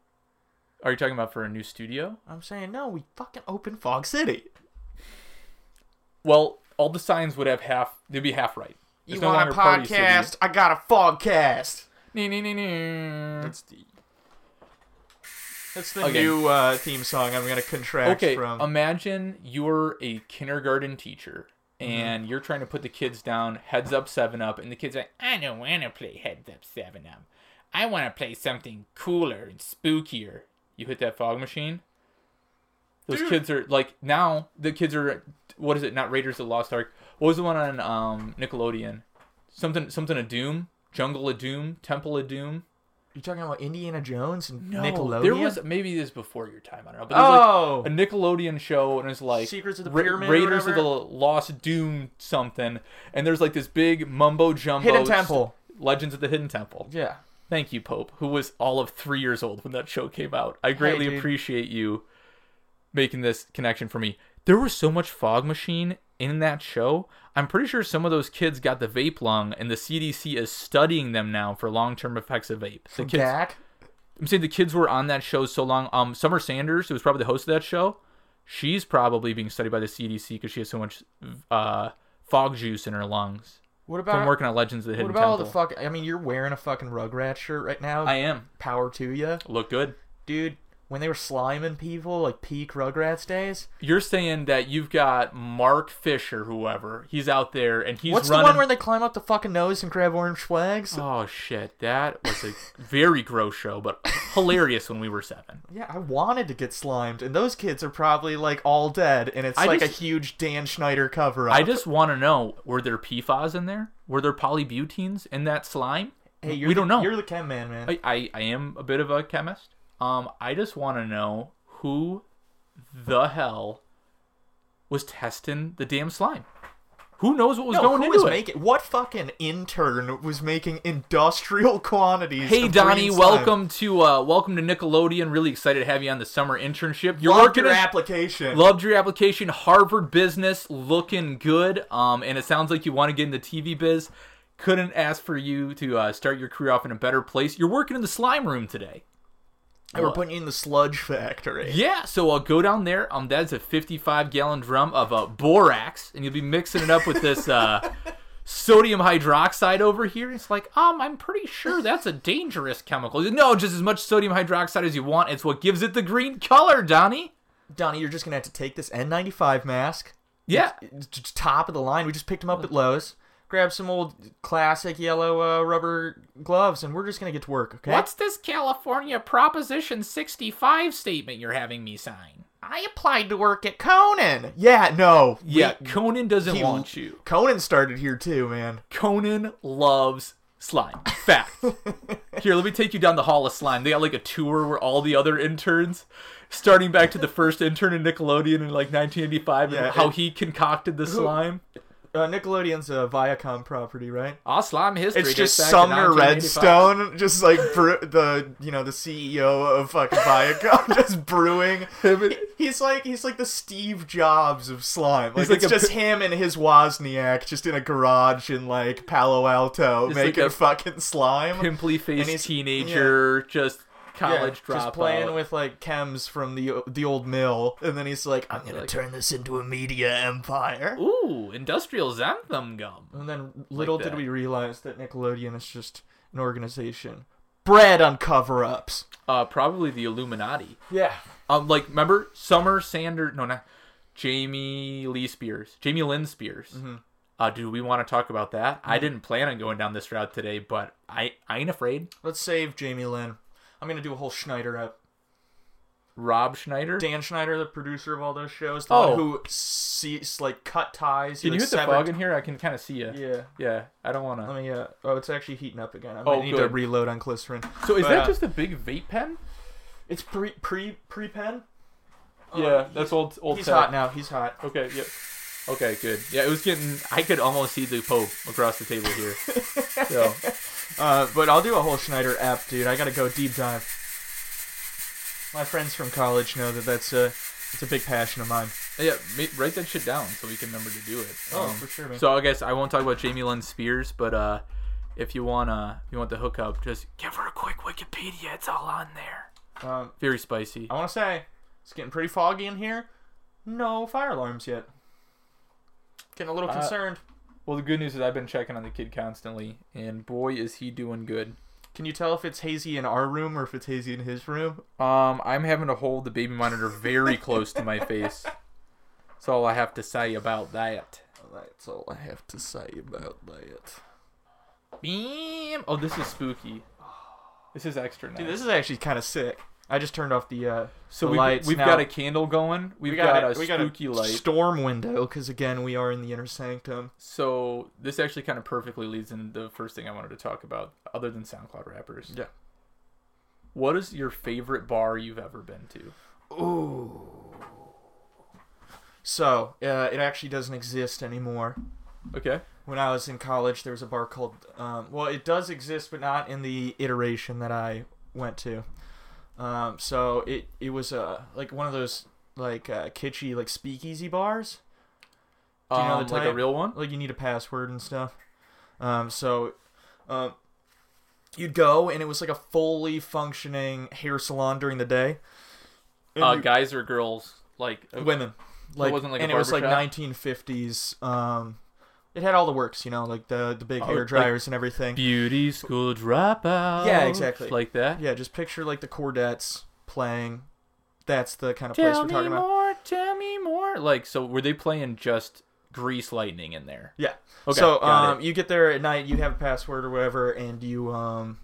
[SPEAKER 3] Are you talking about for a new studio?
[SPEAKER 2] I'm saying no, we fucking open Fog City.
[SPEAKER 3] Well, all the signs would have half. They'd be half right.
[SPEAKER 2] You
[SPEAKER 3] There's no
[SPEAKER 2] want a
[SPEAKER 3] longer Party City.
[SPEAKER 2] podcast? I got a fogcast.
[SPEAKER 3] Nee, nee, nee, nee.
[SPEAKER 2] That's the that's the
[SPEAKER 3] Okay.
[SPEAKER 2] new uh, theme song. I'm gonna contract
[SPEAKER 3] Okay,
[SPEAKER 2] from.
[SPEAKER 3] imagine you're a kindergarten teacher and you're trying to put the kids down, heads up, seven up, and the kids like,
[SPEAKER 5] I don't wanna play Heads Up 7 Up. I wanna play something cooler and spookier.
[SPEAKER 3] you hit that fog machine. Those kids are like now the kids are what is it? Not Raiders of the Lost Ark. What was the one on um, Nickelodeon? Something something of Doom, Jungle of Doom, Temple of Doom.
[SPEAKER 2] You're talking about Indiana Jones and
[SPEAKER 3] No,
[SPEAKER 2] Nickelodeon.
[SPEAKER 3] there was maybe this is before your time. I don't know. But
[SPEAKER 2] Oh.
[SPEAKER 3] there was like a Nickelodeon show, and it's like
[SPEAKER 2] Secrets of the
[SPEAKER 3] Ra-
[SPEAKER 2] Pyramid or
[SPEAKER 3] Raiders of the
[SPEAKER 2] whatever?
[SPEAKER 3] Lost Doom something, and there's like this big mumbo jumbo
[SPEAKER 2] Hidden Temple.
[SPEAKER 3] Legends of the Hidden Temple.
[SPEAKER 2] yeah.
[SPEAKER 3] Thank you, Pope, who was all of three years old when that show came out. I greatly
[SPEAKER 2] dude.
[SPEAKER 3] appreciate you making this connection for me. There was so much fog machine in that show. I'm pretty sure some of those kids got the vape lung, and the CDC is studying them now for long-term effects of vape. The kids,
[SPEAKER 2] Back.
[SPEAKER 3] I'm saying the kids were on that show so long. Um, Summer Sanders, who was probably the host of that show, she's probably being studied by the CDC because she has so much uh, fog juice in her lungs
[SPEAKER 2] What about
[SPEAKER 3] from working on Legends of the
[SPEAKER 2] Uh, what
[SPEAKER 3] Hidden
[SPEAKER 2] about all the
[SPEAKER 3] Temple.
[SPEAKER 2] fucking? I mean, you're wearing a fucking Rugrat shirt right now.
[SPEAKER 3] I am.
[SPEAKER 2] Power to you,
[SPEAKER 3] Look good.
[SPEAKER 2] dude. When they were sliming people, like peak Rugrats days.
[SPEAKER 3] You're saying that you've got Mark Fisher, whoever he's out there, and he's
[SPEAKER 2] What's
[SPEAKER 3] running.
[SPEAKER 2] the one where they climb up the fucking nose and grab orange flags?
[SPEAKER 3] Oh shit, that was a very gross show, but hilarious when we were seven.
[SPEAKER 2] Yeah, I wanted to get slimed, and those kids are probably like all dead, and it's
[SPEAKER 3] I
[SPEAKER 2] like
[SPEAKER 3] just-
[SPEAKER 2] a huge Dan Schneider cover up.
[SPEAKER 3] I just want to know: were there PFAS in there? Were there polybutenes in that slime?
[SPEAKER 2] Hey, you're
[SPEAKER 3] we
[SPEAKER 2] the-
[SPEAKER 3] don't know.
[SPEAKER 2] You're the chem man, man.
[SPEAKER 3] I, I, I am a bit of a chemist. Um, I just want to know who the hell was testing the damn slime. Who knows what was
[SPEAKER 2] no,
[SPEAKER 3] going
[SPEAKER 2] who
[SPEAKER 3] into
[SPEAKER 2] was
[SPEAKER 3] it?
[SPEAKER 2] making what fucking intern was making industrial quantities?
[SPEAKER 3] hey
[SPEAKER 2] of
[SPEAKER 3] Donnie,
[SPEAKER 2] green slime?
[SPEAKER 3] welcome to uh, welcome to Nickelodeon. Really excited to have you on the summer internship. You're
[SPEAKER 2] Loved your
[SPEAKER 3] gonna-
[SPEAKER 2] application.
[SPEAKER 3] Loved your application. Harvard business, looking good. Um, and it sounds like you want to get in the TV biz. Couldn't ask for you to uh, start your career off in a better place. You're working in the slime room today.
[SPEAKER 2] They We're putting you in the sludge factory.
[SPEAKER 3] Yeah, so uh, go down there. Um, that's a 55 gallon drum of uh, borax, and you'll be mixing it up with this uh, sodium hydroxide over here. It's like, um, I'm pretty sure that's a dangerous chemical. No, just as much sodium hydroxide as you want. It's what gives it the green color, Donnie.
[SPEAKER 2] Donnie, you're just gonna have to take this N95 mask.
[SPEAKER 3] Yeah,
[SPEAKER 2] It's t- t- top of the line. We just picked him up at Lowe's. Grab some old classic yellow uh, rubber gloves, and we're just gonna get to work. Okay.
[SPEAKER 3] What's this California Proposition 65 statement you're having me sign?
[SPEAKER 2] I applied to work at Conan. Yeah. No.
[SPEAKER 3] Yeah,
[SPEAKER 2] We-
[SPEAKER 3] Conan doesn't
[SPEAKER 2] he-
[SPEAKER 3] want you.
[SPEAKER 2] Conan started here too, man.
[SPEAKER 3] Conan loves slime. Fact. Here, let me take you down the hall of slime. They got like a tour where all the other interns, starting back to the first intern in Nickelodeon in like 1985,
[SPEAKER 2] Yeah,
[SPEAKER 3] and how
[SPEAKER 2] it-
[SPEAKER 3] he concocted the slime.
[SPEAKER 2] Uh, Nickelodeon's a Viacom property, right?
[SPEAKER 3] All slime history.
[SPEAKER 2] It's
[SPEAKER 3] dates
[SPEAKER 2] just
[SPEAKER 3] back to
[SPEAKER 2] Sumner
[SPEAKER 3] 1985.
[SPEAKER 2] Redstone, just like bre- the you know the CEO of fucking Viacom, just brewing. He- He's like he's like the Steve Jobs of slime. Like,
[SPEAKER 3] He's like
[SPEAKER 2] it's
[SPEAKER 3] a
[SPEAKER 2] just
[SPEAKER 3] pi-
[SPEAKER 2] him and his Wozniak, just in a garage in like Palo Alto,
[SPEAKER 3] He's like
[SPEAKER 2] making
[SPEAKER 3] a
[SPEAKER 2] fucking slime.
[SPEAKER 3] Pimply
[SPEAKER 2] And he's-
[SPEAKER 3] faced teenager, just
[SPEAKER 2] Yeah,
[SPEAKER 3] college dropout.
[SPEAKER 2] just playing with like chems from the the old mill, and then he's like, "I'm gonna
[SPEAKER 3] Like-
[SPEAKER 2] turn this into a media empire."
[SPEAKER 3] Ooh, industrial xanthan gum.
[SPEAKER 2] And then little did
[SPEAKER 3] that.
[SPEAKER 2] we realize that Nickelodeon is just an organization bred on cover-ups.
[SPEAKER 3] Uh, probably the Illuminati.
[SPEAKER 2] Yeah.
[SPEAKER 3] Um, like remember Summer Sander? No, not Jamie Lee Spears, Jamie Lynn Spears.
[SPEAKER 2] Mm-hmm.
[SPEAKER 3] Uh, do we want to talk about that? I didn't plan on going down this route today, but I I ain't afraid.
[SPEAKER 2] Let's save Jamie Lynn. I'm gonna do a whole Schneider up.
[SPEAKER 3] Rob Schneider.
[SPEAKER 2] Dan Schneider, the producer of all those shows, the one
[SPEAKER 3] Oh.
[SPEAKER 2] who sees like cut ties. he
[SPEAKER 3] Can you hit
[SPEAKER 2] was
[SPEAKER 3] the
[SPEAKER 2] severed-
[SPEAKER 3] fog in here? I can kind of see you.
[SPEAKER 2] Yeah.
[SPEAKER 3] Yeah. I don't want
[SPEAKER 2] Let
[SPEAKER 3] to.
[SPEAKER 2] me. Uh, oh, it's actually heating up again. I might
[SPEAKER 3] Oh,
[SPEAKER 2] need to
[SPEAKER 3] good.
[SPEAKER 2] reload on glycerin.
[SPEAKER 3] So is
[SPEAKER 2] But,
[SPEAKER 3] that
[SPEAKER 2] uh,
[SPEAKER 3] just a big vape pen?
[SPEAKER 2] It's pre pre pre pen.
[SPEAKER 3] yeah, that's old old.
[SPEAKER 2] Oh, He's
[SPEAKER 3] tech.
[SPEAKER 2] hot now. He's hot.
[SPEAKER 3] Okay. Yep. Okay. Good. Yeah, it was getting. I could almost see the Pope across the table here. so
[SPEAKER 2] Uh, but I'll do a whole Schneider app, dude. I gotta go deep dive. My friends from college know that that's a it's a big passion of mine.
[SPEAKER 3] Yeah, ma- write that shit down so we can remember to do it. Um,
[SPEAKER 2] Oh, for sure, man.
[SPEAKER 3] So I guess I won't talk about Jamie Lynn Spears, but uh, if you wanna, if you want the hookup, just give her a quick Wikipedia. It's all on there.
[SPEAKER 2] Um,
[SPEAKER 3] Very spicy.
[SPEAKER 2] I want to say it's getting pretty foggy in here. No fire alarms yet. Getting a little
[SPEAKER 3] Uh,
[SPEAKER 2] concerned.
[SPEAKER 3] Well, the good news is I've been checking on the kid constantly, and boy is he doing good.
[SPEAKER 2] Can you tell if it's hazy in our room or if it's hazy in his room?
[SPEAKER 3] Um, I'm having to hold the baby monitor very close to my face. That's all I have to say about that.
[SPEAKER 2] That's all I have to say about that.
[SPEAKER 3] Beam. Oh, this is spooky. This is extra nice.
[SPEAKER 2] Dude, this is actually kind of sick. I just turned off the uh,
[SPEAKER 3] so
[SPEAKER 2] the
[SPEAKER 3] we've,
[SPEAKER 2] lights.
[SPEAKER 3] we've
[SPEAKER 2] Now,
[SPEAKER 3] got a candle going. We've
[SPEAKER 2] we
[SPEAKER 3] got,
[SPEAKER 2] got,
[SPEAKER 3] a
[SPEAKER 2] we got
[SPEAKER 3] spooky
[SPEAKER 2] a
[SPEAKER 3] light.
[SPEAKER 2] storm window because again we are in the inner sanctum.
[SPEAKER 3] So this actually kind of perfectly leads into the first thing I wanted to talk about, other than SoundCloud rappers.
[SPEAKER 2] Yeah.
[SPEAKER 3] What is your favorite bar you've ever been to?
[SPEAKER 2] So uh, it actually doesn't exist anymore.
[SPEAKER 3] Okay.
[SPEAKER 2] When I was in college, there was a bar called. Um, well, it does exist, but not in the iteration that I went to. Um, so it it was uh, like one of those like uh, kitschy like speakeasy bars. Do you know
[SPEAKER 3] um,
[SPEAKER 2] the
[SPEAKER 3] like a
[SPEAKER 2] type?
[SPEAKER 3] real one?
[SPEAKER 2] like you need a password and stuff. Um, so, um, you'd go and it was like a fully functioning hair salon during the day. And
[SPEAKER 3] Uh,
[SPEAKER 2] you-
[SPEAKER 3] guys or girls? Like uh,
[SPEAKER 2] women, like,
[SPEAKER 3] wasn't like a
[SPEAKER 2] and it was like
[SPEAKER 3] barbershop?
[SPEAKER 2] 1950s. Um, it had all the works, you know, like the the big
[SPEAKER 3] Oh,
[SPEAKER 2] hair
[SPEAKER 3] like-
[SPEAKER 2] dryers and everything.
[SPEAKER 3] beauty school dropout.
[SPEAKER 2] Yeah, exactly.
[SPEAKER 3] Like that.
[SPEAKER 2] yeah, just picture like the Cordettes playing. That's the kind of place
[SPEAKER 3] Tell
[SPEAKER 2] we're
[SPEAKER 3] me
[SPEAKER 2] talking about.
[SPEAKER 3] more. Tell me more. Like so, were they playing just Grease Lightning in there?
[SPEAKER 2] Yeah.
[SPEAKER 3] Okay,
[SPEAKER 2] so
[SPEAKER 3] got
[SPEAKER 2] um, you get there at night, you have a password or whatever, and you um,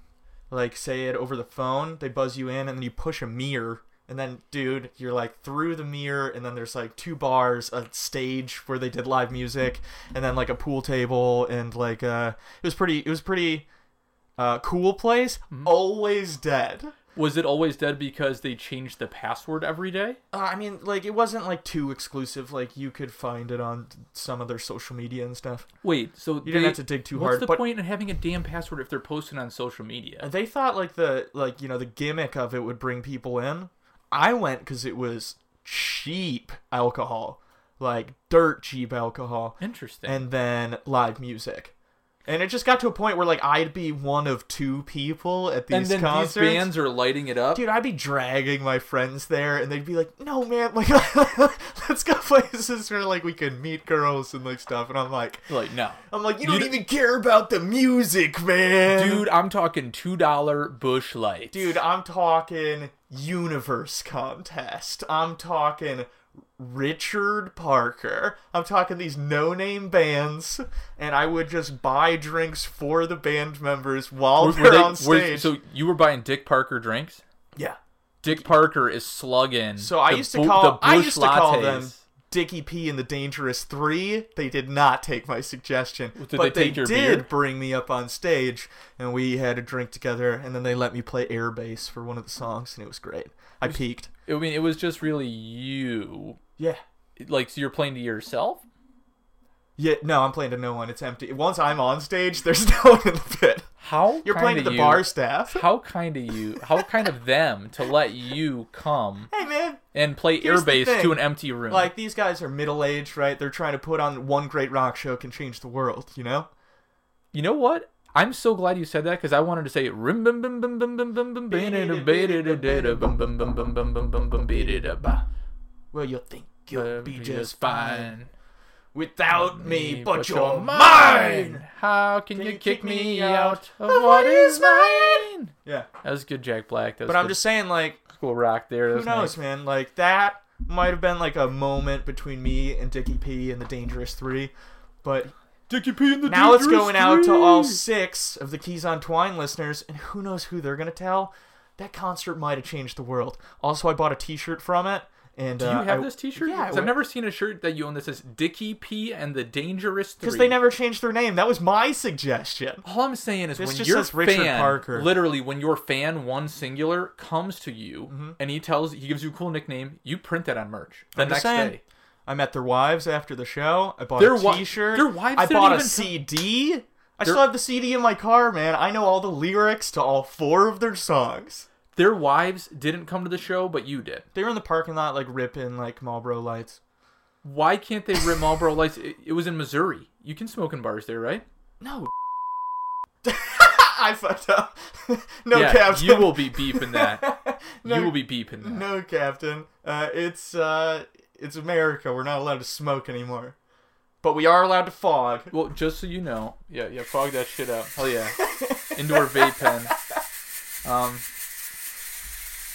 [SPEAKER 2] like say it over the phone. They buzz you in, and then you push a mirror, and And then, dude, you're like through the mirror, and then there's like two bars, a stage where they did live music, and then like a pool table, and like uh, it was pretty, it was pretty, uh, cool place. Always dead.
[SPEAKER 3] Was it always dead because they changed the password every day?
[SPEAKER 2] Uh, I mean, like it wasn't like too exclusive. Like you could find it on some of their social media and stuff.
[SPEAKER 3] Wait, so
[SPEAKER 2] You didn't have to dig too
[SPEAKER 3] what's
[SPEAKER 2] hard,
[SPEAKER 3] the
[SPEAKER 2] but-
[SPEAKER 3] point in having a damn password if they're posting on social media?
[SPEAKER 2] They thought like the like you know the gimmick of it would bring people in. I went because it was cheap alcohol, like dirt cheap alcohol,
[SPEAKER 3] Interesting.
[SPEAKER 2] and then live music. And it just got to a point where like I'd be one of two people at these
[SPEAKER 3] and then
[SPEAKER 2] concerts.
[SPEAKER 3] these bands are lighting it up.
[SPEAKER 2] Dude, I'd be dragging my friends there, and they'd be like, "No, man, like, let's go places where like we can meet girls and like stuff." And I'm like,
[SPEAKER 3] Like no,
[SPEAKER 2] I'm like, you
[SPEAKER 3] You
[SPEAKER 2] don't
[SPEAKER 3] d-
[SPEAKER 2] even care about the music, man.
[SPEAKER 3] dude, I'm talking two dollar bush lights.
[SPEAKER 2] Dude, I'm talking universe contest. I'm talking Richard Parker. I'm talking these no name bands, and I would just buy drinks for the band members while
[SPEAKER 3] Were-
[SPEAKER 2] they're
[SPEAKER 3] were they-
[SPEAKER 2] on
[SPEAKER 3] were-
[SPEAKER 2] stage.
[SPEAKER 3] so you were buying Dick Parker drinks.
[SPEAKER 2] yeah.
[SPEAKER 3] Dick Parker is slugging.
[SPEAKER 2] So I
[SPEAKER 3] the
[SPEAKER 2] used to
[SPEAKER 3] bu-
[SPEAKER 2] call
[SPEAKER 3] the
[SPEAKER 2] I
[SPEAKER 3] Busch
[SPEAKER 2] used to call them
[SPEAKER 3] lattes.
[SPEAKER 2] Dickie P and the Dangerous Three. They did not take my suggestion,
[SPEAKER 3] did
[SPEAKER 2] but
[SPEAKER 3] they
[SPEAKER 2] they,
[SPEAKER 3] take your
[SPEAKER 2] did
[SPEAKER 3] beer?
[SPEAKER 2] bring me up on stage, and we had a drink together, and then they let me play air bass for one of the songs, and it was great. I peaked.
[SPEAKER 3] I mean, it was just really you.
[SPEAKER 2] Yeah.
[SPEAKER 3] Like, so you're playing to yourself.
[SPEAKER 2] Yeah, no, I'm playing to no one. It's empty. Once I'm on stage, there's no one in the pit.
[SPEAKER 3] How
[SPEAKER 2] You're playing to
[SPEAKER 3] kind
[SPEAKER 2] the
[SPEAKER 3] of you-
[SPEAKER 2] bar staff.
[SPEAKER 3] How kind of you? How kind of them to let you come
[SPEAKER 2] Hey, man.
[SPEAKER 3] and play
[SPEAKER 2] Here's the
[SPEAKER 3] airbase
[SPEAKER 2] thing.
[SPEAKER 3] to an empty room?
[SPEAKER 2] Like, these guys are middle aged, right? They're trying to put on one great rock show can change the world, you know?
[SPEAKER 3] You know what? I'm so glad you said that because I wanted to say rim bim bim bim bim bim bim bim bim bim bim bim bum bum bum bum bum bum bum ba
[SPEAKER 2] Well, you'll think you'll
[SPEAKER 3] You'll
[SPEAKER 2] be just fine without me, but
[SPEAKER 3] your
[SPEAKER 2] you're mine!
[SPEAKER 3] How can you kick me out of
[SPEAKER 2] of
[SPEAKER 3] what
[SPEAKER 2] what
[SPEAKER 3] is
[SPEAKER 2] is
[SPEAKER 3] mine?
[SPEAKER 2] Yeah.
[SPEAKER 3] That was good, Jack Black. That was
[SPEAKER 2] But I'm
[SPEAKER 3] good.
[SPEAKER 2] just saying, like,
[SPEAKER 3] cool rock there. That
[SPEAKER 2] who
[SPEAKER 3] was
[SPEAKER 2] knows,
[SPEAKER 3] nice.
[SPEAKER 2] man? Like, that might have been, like, a moment between me and Dickie P and the Dangerous Three, but
[SPEAKER 3] Dickie P and the
[SPEAKER 2] Now it's
[SPEAKER 3] Dangerous
[SPEAKER 2] going out to all
[SPEAKER 3] Three.
[SPEAKER 2] six of the Keys on Twine listeners, and who knows who they're going to tell. That concert might have changed the world. Also, I bought a T-shirt from it, and
[SPEAKER 3] Do you
[SPEAKER 2] uh,
[SPEAKER 3] have
[SPEAKER 2] I-
[SPEAKER 3] this T-shirt?
[SPEAKER 2] Yeah, I
[SPEAKER 3] 'Cause
[SPEAKER 2] wear-
[SPEAKER 3] I've never seen a shirt that you own that says Dickie P and the Dangerous Three.
[SPEAKER 2] because they never changed their name. That was my suggestion.
[SPEAKER 3] All I'm saying is
[SPEAKER 2] This
[SPEAKER 3] when
[SPEAKER 2] just
[SPEAKER 3] your
[SPEAKER 2] says Richard
[SPEAKER 3] fan,
[SPEAKER 2] Parker.
[SPEAKER 3] literally when your fan one singular comes to you and he tells, he gives you a cool nickname, you print that on merch
[SPEAKER 2] Mm-hmm.
[SPEAKER 3] the
[SPEAKER 2] I'm
[SPEAKER 3] next
[SPEAKER 2] just saying.
[SPEAKER 3] day.
[SPEAKER 2] I met their wives after the show. I bought
[SPEAKER 3] Their
[SPEAKER 2] a
[SPEAKER 3] wi-
[SPEAKER 2] T-shirt.
[SPEAKER 3] their wives
[SPEAKER 2] I
[SPEAKER 3] didn't
[SPEAKER 2] bought a
[SPEAKER 3] even-
[SPEAKER 2] CD. I
[SPEAKER 3] Their-
[SPEAKER 2] still have the CD in my car, man. I know all the lyrics to all four of their songs.
[SPEAKER 3] Their wives didn't come to the show, but you did.
[SPEAKER 2] They were in the parking lot, like ripping like Marlboro lights.
[SPEAKER 3] Why can't they rip Marlboro Lights? It, it was in Missouri. You can smoke in bars there, right?
[SPEAKER 2] No. I fucked up. no,
[SPEAKER 3] yeah,
[SPEAKER 2] Captain.
[SPEAKER 3] you will be beeping that.
[SPEAKER 2] no,
[SPEAKER 3] you will be beeping that.
[SPEAKER 2] No, Captain. Uh, it's uh, it's America. We're not allowed to smoke anymore, but we are allowed to fog.
[SPEAKER 3] Well, just so you know, yeah, yeah, fog that shit up. Hell yeah, indoor vape pen. Um,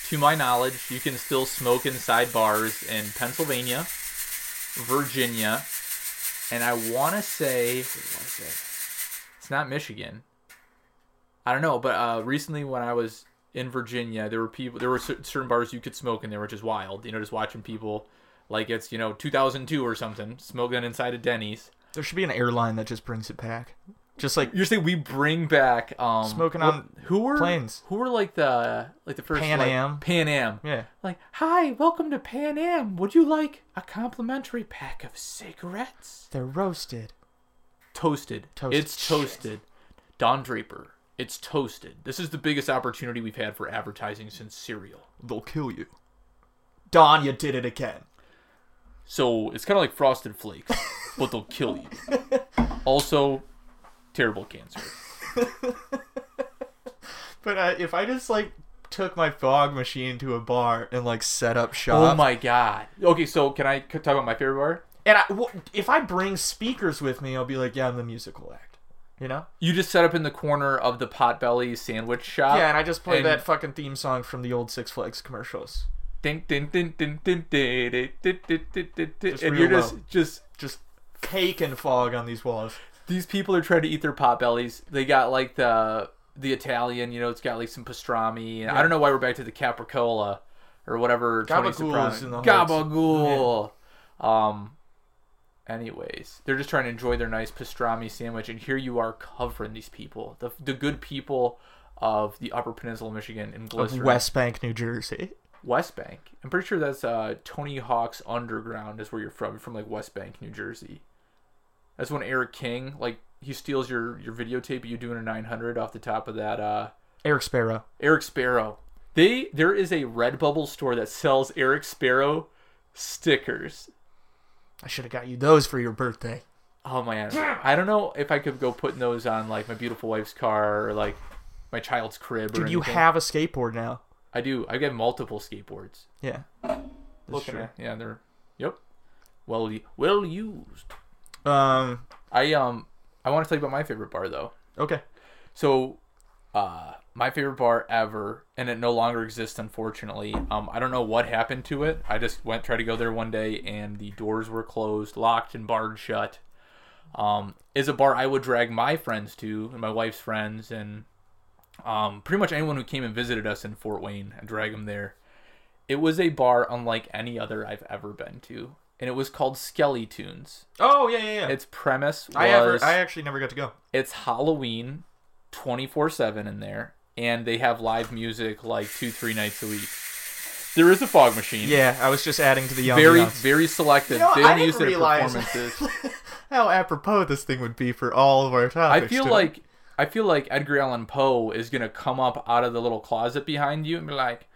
[SPEAKER 3] to my knowledge, you can still smoke inside bars in Pennsylvania, Virginia, and I want to say what is it? it's not Michigan. I don't know, but uh, recently when I was in Virginia, there were people, there were cer- certain bars you could smoke in there, which is wild. You know, just watching people like it's you know 2002 or something smoking inside of Denny's.
[SPEAKER 2] There should be an airline that just brings it back, just like
[SPEAKER 3] You're saying we bring back um
[SPEAKER 2] Smoking
[SPEAKER 3] what-
[SPEAKER 2] on
[SPEAKER 3] who were
[SPEAKER 2] planes.
[SPEAKER 3] Who were like the like the first
[SPEAKER 2] Pan
[SPEAKER 3] like,
[SPEAKER 2] Am.
[SPEAKER 3] Pan Am.
[SPEAKER 2] yeah.
[SPEAKER 3] Like, hi, welcome to Pan Am. Would you like a complimentary pack of cigarettes?
[SPEAKER 2] They're roasted.
[SPEAKER 3] Toasted.
[SPEAKER 2] Toasted.
[SPEAKER 3] It's toasted. Don Draper. It's toasted. This is the biggest opportunity we've had for advertising since cereal.
[SPEAKER 2] They'll kill you. Don, you did it again.
[SPEAKER 3] So it's kind of like frosted flakes, but they'll kill you. Also, terrible cancer.
[SPEAKER 2] But uh, if I just like took my fog machine to a bar and like set up shop,
[SPEAKER 3] Oh my god. Okay, so can I talk about my favorite bar?
[SPEAKER 2] And I, well, if I bring speakers with me, I'll be like, yeah, I'm the musical act. You know?
[SPEAKER 3] You just set up in the corner of the Potbelly sandwich shop.
[SPEAKER 2] yeah, Uh, and I just play
[SPEAKER 3] and-
[SPEAKER 2] that fucking theme song from the old Six Flags commercials.
[SPEAKER 3] Ding, ding, ding, ding, ding, ding, ding, ding, ding, ding, ding, ding.
[SPEAKER 2] Just
[SPEAKER 3] and
[SPEAKER 2] real
[SPEAKER 3] you're just,
[SPEAKER 2] low.
[SPEAKER 3] just
[SPEAKER 2] Just cake and fog on these walls.
[SPEAKER 3] these people are trying to eat their Potbellies. They got like the the Italian, you know, it's got like some pastrami. And I don't know why we're back to the capricola or whatever. Tony
[SPEAKER 2] Gabagool
[SPEAKER 3] Soprano-
[SPEAKER 2] is in the Heights.
[SPEAKER 3] Gabagool. Um. Anyways, they're just trying to enjoy their nice pastrami sandwich, and here you are covering these people, the, the good people of the Upper Peninsula of Michigan in glycerin.
[SPEAKER 2] West Bank, New Jersey.
[SPEAKER 3] West Bank. I'm pretty sure that's uh, Tony Hawk's Underground is where you're from. You're from like West Bank, New Jersey. That's when Eric King like he steals your your videotape. You doing a 900 off the top of that. Uh,
[SPEAKER 2] Eric Sparrow.
[SPEAKER 3] Eric Sparrow. They there is a Redbubble store that sells Eric Sparrow stickers.
[SPEAKER 2] I should have got you those for your birthday.
[SPEAKER 3] Oh man, I don't know if I could go putting those on like my beautiful wife's car or like my child's crib. or
[SPEAKER 2] Dude, you
[SPEAKER 3] anything.
[SPEAKER 2] have a skateboard now.
[SPEAKER 3] I do. I get multiple skateboards.
[SPEAKER 2] Yeah.
[SPEAKER 3] Looking at- yeah, they're yep. Well, u- well used.
[SPEAKER 2] Um.
[SPEAKER 3] I um I want to tell you about my favorite bar though.
[SPEAKER 2] Okay.
[SPEAKER 3] So uh my favorite bar ever and it no longer exists unfortunately. Um I don't know what happened to it. I just went tried to go there one day and the doors were closed, locked and barred shut. Um is a bar I would drag my friends to and my wife's friends and um pretty much anyone who came and visited us in Fort Wayne, I drag them there. It was a bar unlike any other I've ever been to. And it was called Skelly Tunes.
[SPEAKER 2] Oh yeah, yeah, yeah.
[SPEAKER 3] Its premise was
[SPEAKER 2] I ever, I actually never got to go.
[SPEAKER 3] it's Halloween 24 7 in there, and they have live music like two, three nights a week. There is a fog machine.
[SPEAKER 2] Yeah, I was just adding to the young.
[SPEAKER 3] Very, very selective.
[SPEAKER 2] You know,
[SPEAKER 3] they
[SPEAKER 2] I
[SPEAKER 3] only
[SPEAKER 2] didn't
[SPEAKER 3] use it at
[SPEAKER 2] realize-
[SPEAKER 3] performances.
[SPEAKER 2] How apropos this thing would be for all of our topics.
[SPEAKER 3] I feel
[SPEAKER 2] too.
[SPEAKER 3] like I feel like Edgar Allan Poe is gonna come up out of the little closet behind you and be like,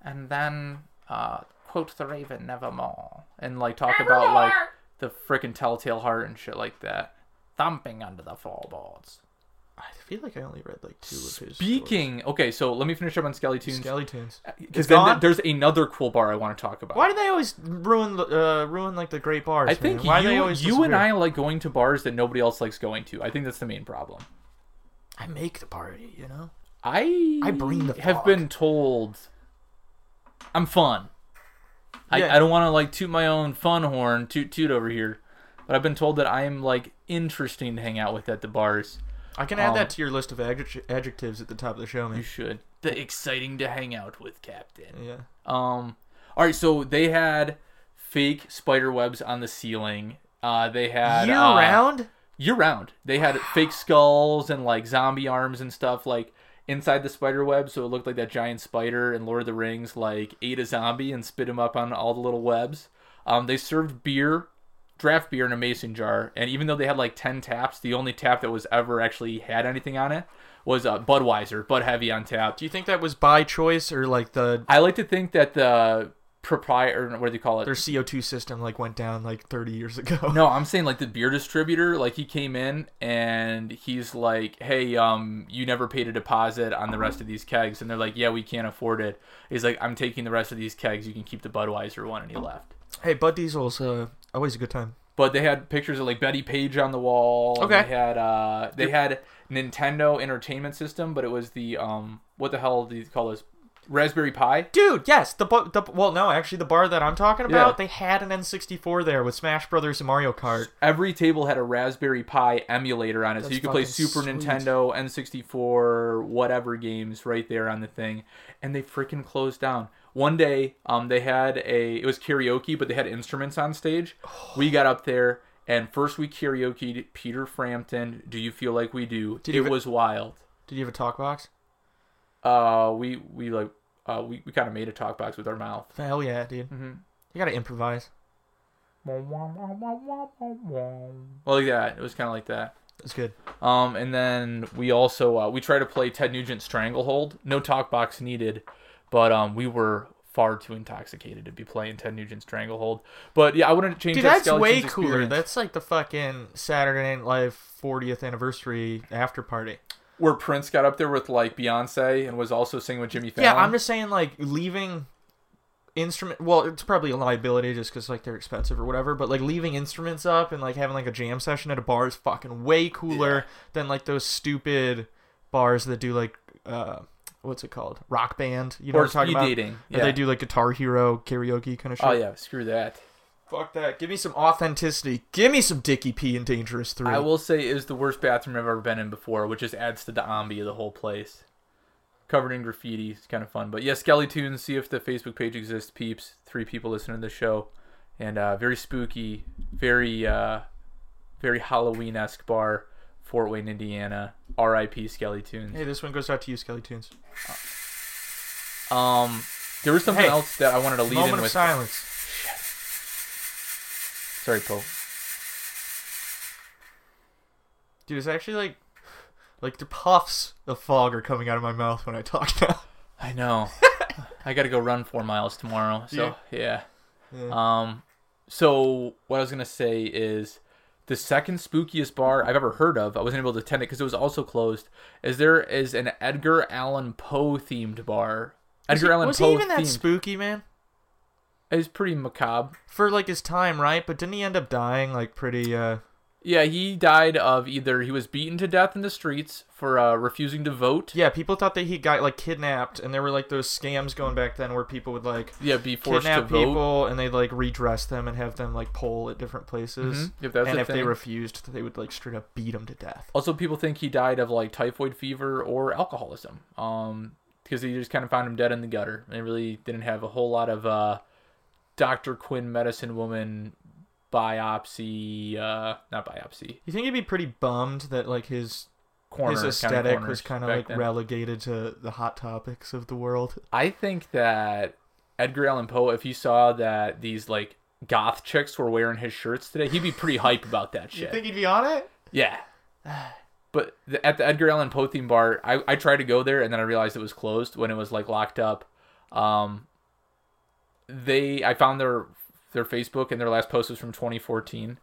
[SPEAKER 3] and then uh, quote the Raven Nevermore, and like talk about like the frickin' Telltale Heart and shit like that, thumping under the floorboards.
[SPEAKER 2] I feel like I only read like two of his.
[SPEAKER 3] Speaking, okay, so let me finish up on Skelly Tunes.
[SPEAKER 2] Skeletons.
[SPEAKER 3] Because
[SPEAKER 2] It's
[SPEAKER 3] then
[SPEAKER 2] gone?
[SPEAKER 3] th- there's another cool bar I want to talk about.
[SPEAKER 2] Why do they always ruin the uh, ruin like the great bars?
[SPEAKER 3] I think
[SPEAKER 2] man? Why do they
[SPEAKER 3] you,
[SPEAKER 2] always
[SPEAKER 3] you and
[SPEAKER 2] disappear?
[SPEAKER 3] I like going to bars that nobody else likes going to. I think that's the main problem.
[SPEAKER 2] I make the party, you know.
[SPEAKER 3] I
[SPEAKER 2] I bring the
[SPEAKER 3] have
[SPEAKER 2] fog.
[SPEAKER 3] been told I'm fun.
[SPEAKER 2] Yeah.
[SPEAKER 3] I, I don't want to like toot my own fun horn, toot toot over here, but I've been told that I am like interesting to hang out with at the bars.
[SPEAKER 2] I can add
[SPEAKER 3] Um,
[SPEAKER 2] that to your list of adj- adjectives at the top of the show,
[SPEAKER 3] You
[SPEAKER 2] man.
[SPEAKER 3] should. The exciting to hang out with, Captain.
[SPEAKER 2] Yeah.
[SPEAKER 3] Um, all right, so they had fake spider webs on the ceiling. Uh, they had
[SPEAKER 2] Year
[SPEAKER 3] uh,
[SPEAKER 2] round.
[SPEAKER 3] year round. They had fake skulls and like zombie arms and stuff like inside the spider web, so it looked like that giant spider in Lord of the Rings like ate a zombie and spit him up on all the little webs. Um, they served beer, draft beer in a mason jar, and even though they had like ten taps, the only tap that was ever actually had anything on it was uh, Budweiser, Bud Heavy on tap.
[SPEAKER 2] Do you think that was by choice or like the
[SPEAKER 3] I like to think that the proprietor, what do they call it?
[SPEAKER 2] their CO two system like went down like thirty years ago?
[SPEAKER 3] No, I'm saying like the beer distributor, like he came in and he's like, "Hey, um, you never paid a deposit on the rest of these kegs," and they're like, "Yeah, we can't afford it." He's like, "I'm taking the rest of these kegs. You can keep the Budweiser one," and he left.
[SPEAKER 2] Hey, Bud Diesel's uh, always a good time.
[SPEAKER 3] But they had pictures of like Betty Page on the wall. and
[SPEAKER 2] Okay.
[SPEAKER 3] They had uh, they had Nintendo Entertainment System, but it was the um, what the hell do you call this? Raspberry Pi.
[SPEAKER 2] Dude, yes, the, bu- the well, no, actually, the bar that I'm talking about,
[SPEAKER 3] Yeah.
[SPEAKER 2] they had an N64 there with Smash Brothers and Mario Kart.
[SPEAKER 3] every table had a Raspberry Pi emulator on it, so
[SPEAKER 2] That's
[SPEAKER 3] you could play
[SPEAKER 2] fucking
[SPEAKER 3] Super
[SPEAKER 2] sweet.
[SPEAKER 3] Nintendo, N64, whatever games right there on the thing. And they freaking closed down. One day, um, they had a it was karaoke, but they had instruments on stage. We got up there, and first we karaoke Peter Frampton. Do you feel like we do?
[SPEAKER 2] Did
[SPEAKER 3] it
[SPEAKER 2] you-
[SPEAKER 3] was wild.
[SPEAKER 2] Did you have a talk box?
[SPEAKER 3] Uh, we we like uh, we, we kind of made a talk box with our mouth.
[SPEAKER 2] Hell yeah, dude. Mm-hmm. You gotta improvise.
[SPEAKER 3] Well, like that. It was kind of like that.
[SPEAKER 2] That's good.
[SPEAKER 3] Um, and then we also uh, we tried to play Ted Nugent Stranglehold. No talk box needed, but um, we were far too intoxicated to be playing Ted Nugent Stranglehold. But yeah, I wouldn't change.
[SPEAKER 2] Dude,
[SPEAKER 3] that
[SPEAKER 2] that's way
[SPEAKER 3] Skeletons
[SPEAKER 2] cooler.
[SPEAKER 3] experience.
[SPEAKER 2] That's like the fucking Saturday Night Live 40th anniversary after party.
[SPEAKER 3] where Prince got up there with like Beyonce and was also singing with Jimmy Fallon.
[SPEAKER 2] Yeah, I'm just saying, like, leaving instrument well it's probably a liability just because like they're expensive or whatever but like leaving instruments up and like having like a jam session at a bar is fucking way cooler than like those stupid bars that do like uh what's it called rock band you know
[SPEAKER 3] or
[SPEAKER 2] what i'm
[SPEAKER 3] speed
[SPEAKER 2] talking about
[SPEAKER 3] dating.
[SPEAKER 2] Or they do like guitar hero karaoke kind of shit
[SPEAKER 3] Oh yeah, screw that.
[SPEAKER 2] fuck that give me some authenticity give me some dicky p and dangerous three
[SPEAKER 3] I will say is the worst bathroom I've ever been in before, which just adds to the ambi of the whole place. covered in graffiti. It's kind of fun. But yeah, Skelly Tunes. See if the Facebook page exists, peeps. Three people listening to the show, and uh, very spooky, very uh, very Halloween esque bar, Fort Wayne, Indiana. R.I.P. Skelly Tunes.
[SPEAKER 2] Hey, this one goes out to you, Skelly Tunes.
[SPEAKER 3] Um, there was something
[SPEAKER 2] Hey.
[SPEAKER 3] else that I wanted to lead in
[SPEAKER 2] Moment of
[SPEAKER 3] with.
[SPEAKER 2] silence.
[SPEAKER 3] Sorry, Pope.
[SPEAKER 2] Dude, it's actually like like the puffs of fog are coming out of my mouth when I talk now.
[SPEAKER 3] I know. I got to go run four miles tomorrow. So yeah. Um. So what I was gonna say is the second spookiest bar I've ever heard of. I wasn't able to attend it because it was also closed. Is there is an Edgar Allan Poe themed bar? Edgar Allan
[SPEAKER 2] was
[SPEAKER 3] Poe
[SPEAKER 2] he even that
[SPEAKER 3] themed.
[SPEAKER 2] spooky, man?
[SPEAKER 3] it's pretty macabre.
[SPEAKER 2] For like his time, right? But didn't he end up dying like pretty uh
[SPEAKER 3] Yeah, he died of either he was beaten to death in the streets for uh, refusing to vote.
[SPEAKER 2] Yeah, people thought that he got like kidnapped and there were like those scams going back then where people would like
[SPEAKER 3] Yeah, be forced to
[SPEAKER 2] kidnap
[SPEAKER 3] vote.
[SPEAKER 2] people and they'd like redress them and have them like poll at different places.
[SPEAKER 3] Mhm. Yep, that was
[SPEAKER 2] and
[SPEAKER 3] a
[SPEAKER 2] if they
[SPEAKER 3] thing.
[SPEAKER 2] refused, they would like straight up beat them to death.
[SPEAKER 3] Also, people think he died of like typhoid fever or alcoholism, um, because they just kind of found him dead in the gutter. They really didn't have a whole lot of uh, Doctor Quinn medicine woman biopsy, uh, not biopsy,
[SPEAKER 2] You think he'd be pretty bummed that like his
[SPEAKER 3] corner.
[SPEAKER 2] his
[SPEAKER 3] kinda
[SPEAKER 2] aesthetic was
[SPEAKER 3] corners
[SPEAKER 2] kind of
[SPEAKER 3] back
[SPEAKER 2] like
[SPEAKER 3] then.
[SPEAKER 2] relegated to the hot topics of the world.
[SPEAKER 3] I think that Edgar Allan Poe, if he saw that these like goth chicks were wearing his shirts today, he'd be pretty hype about that shit.
[SPEAKER 2] You think he'd be on it?
[SPEAKER 3] Yeah. But the, at the Edgar Allan Poe theme bar, I, I tried to go there and then I realized it was closed when it was like locked up. Um, they I found their their Facebook and their last post was from 2014,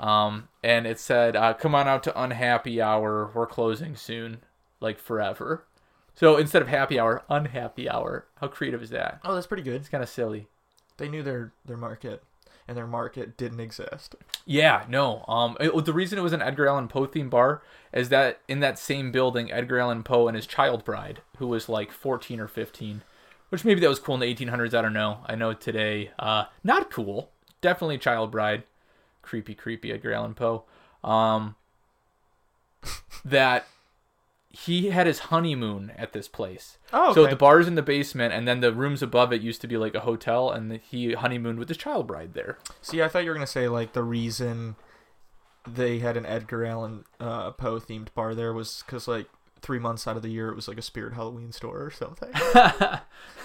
[SPEAKER 3] um, and it said, uh, "Come on out to unhappy hour. We're closing soon, like forever." So instead of happy hour, unhappy hour. How creative is that?
[SPEAKER 2] Oh, that's pretty good.
[SPEAKER 3] It's kind of silly.
[SPEAKER 2] They knew their their market, and their market didn't exist.
[SPEAKER 3] Yeah, no. Um, it- the reason it was an Edgar Allan Poe theme bar is that in that same building, Edgar Allan Poe and his child bride, who was like 14 or 15, which maybe that was cool in the 1800s. I don't know. I know today, uh, not cool. Definitely child bride. Creepy, creepy Edgar Allan Poe. Um, that he had his honeymoon at this place.
[SPEAKER 2] Oh,
[SPEAKER 3] so
[SPEAKER 2] okay.
[SPEAKER 3] the bar's in the basement, and then the rooms above it used to be like a hotel, and he honeymooned with his child bride there.
[SPEAKER 2] See, I thought you were gonna say like the reason they had an Edgar Allan uh, Poe themed bar there was because like three months out of the year it was like a spirit Halloween store or something,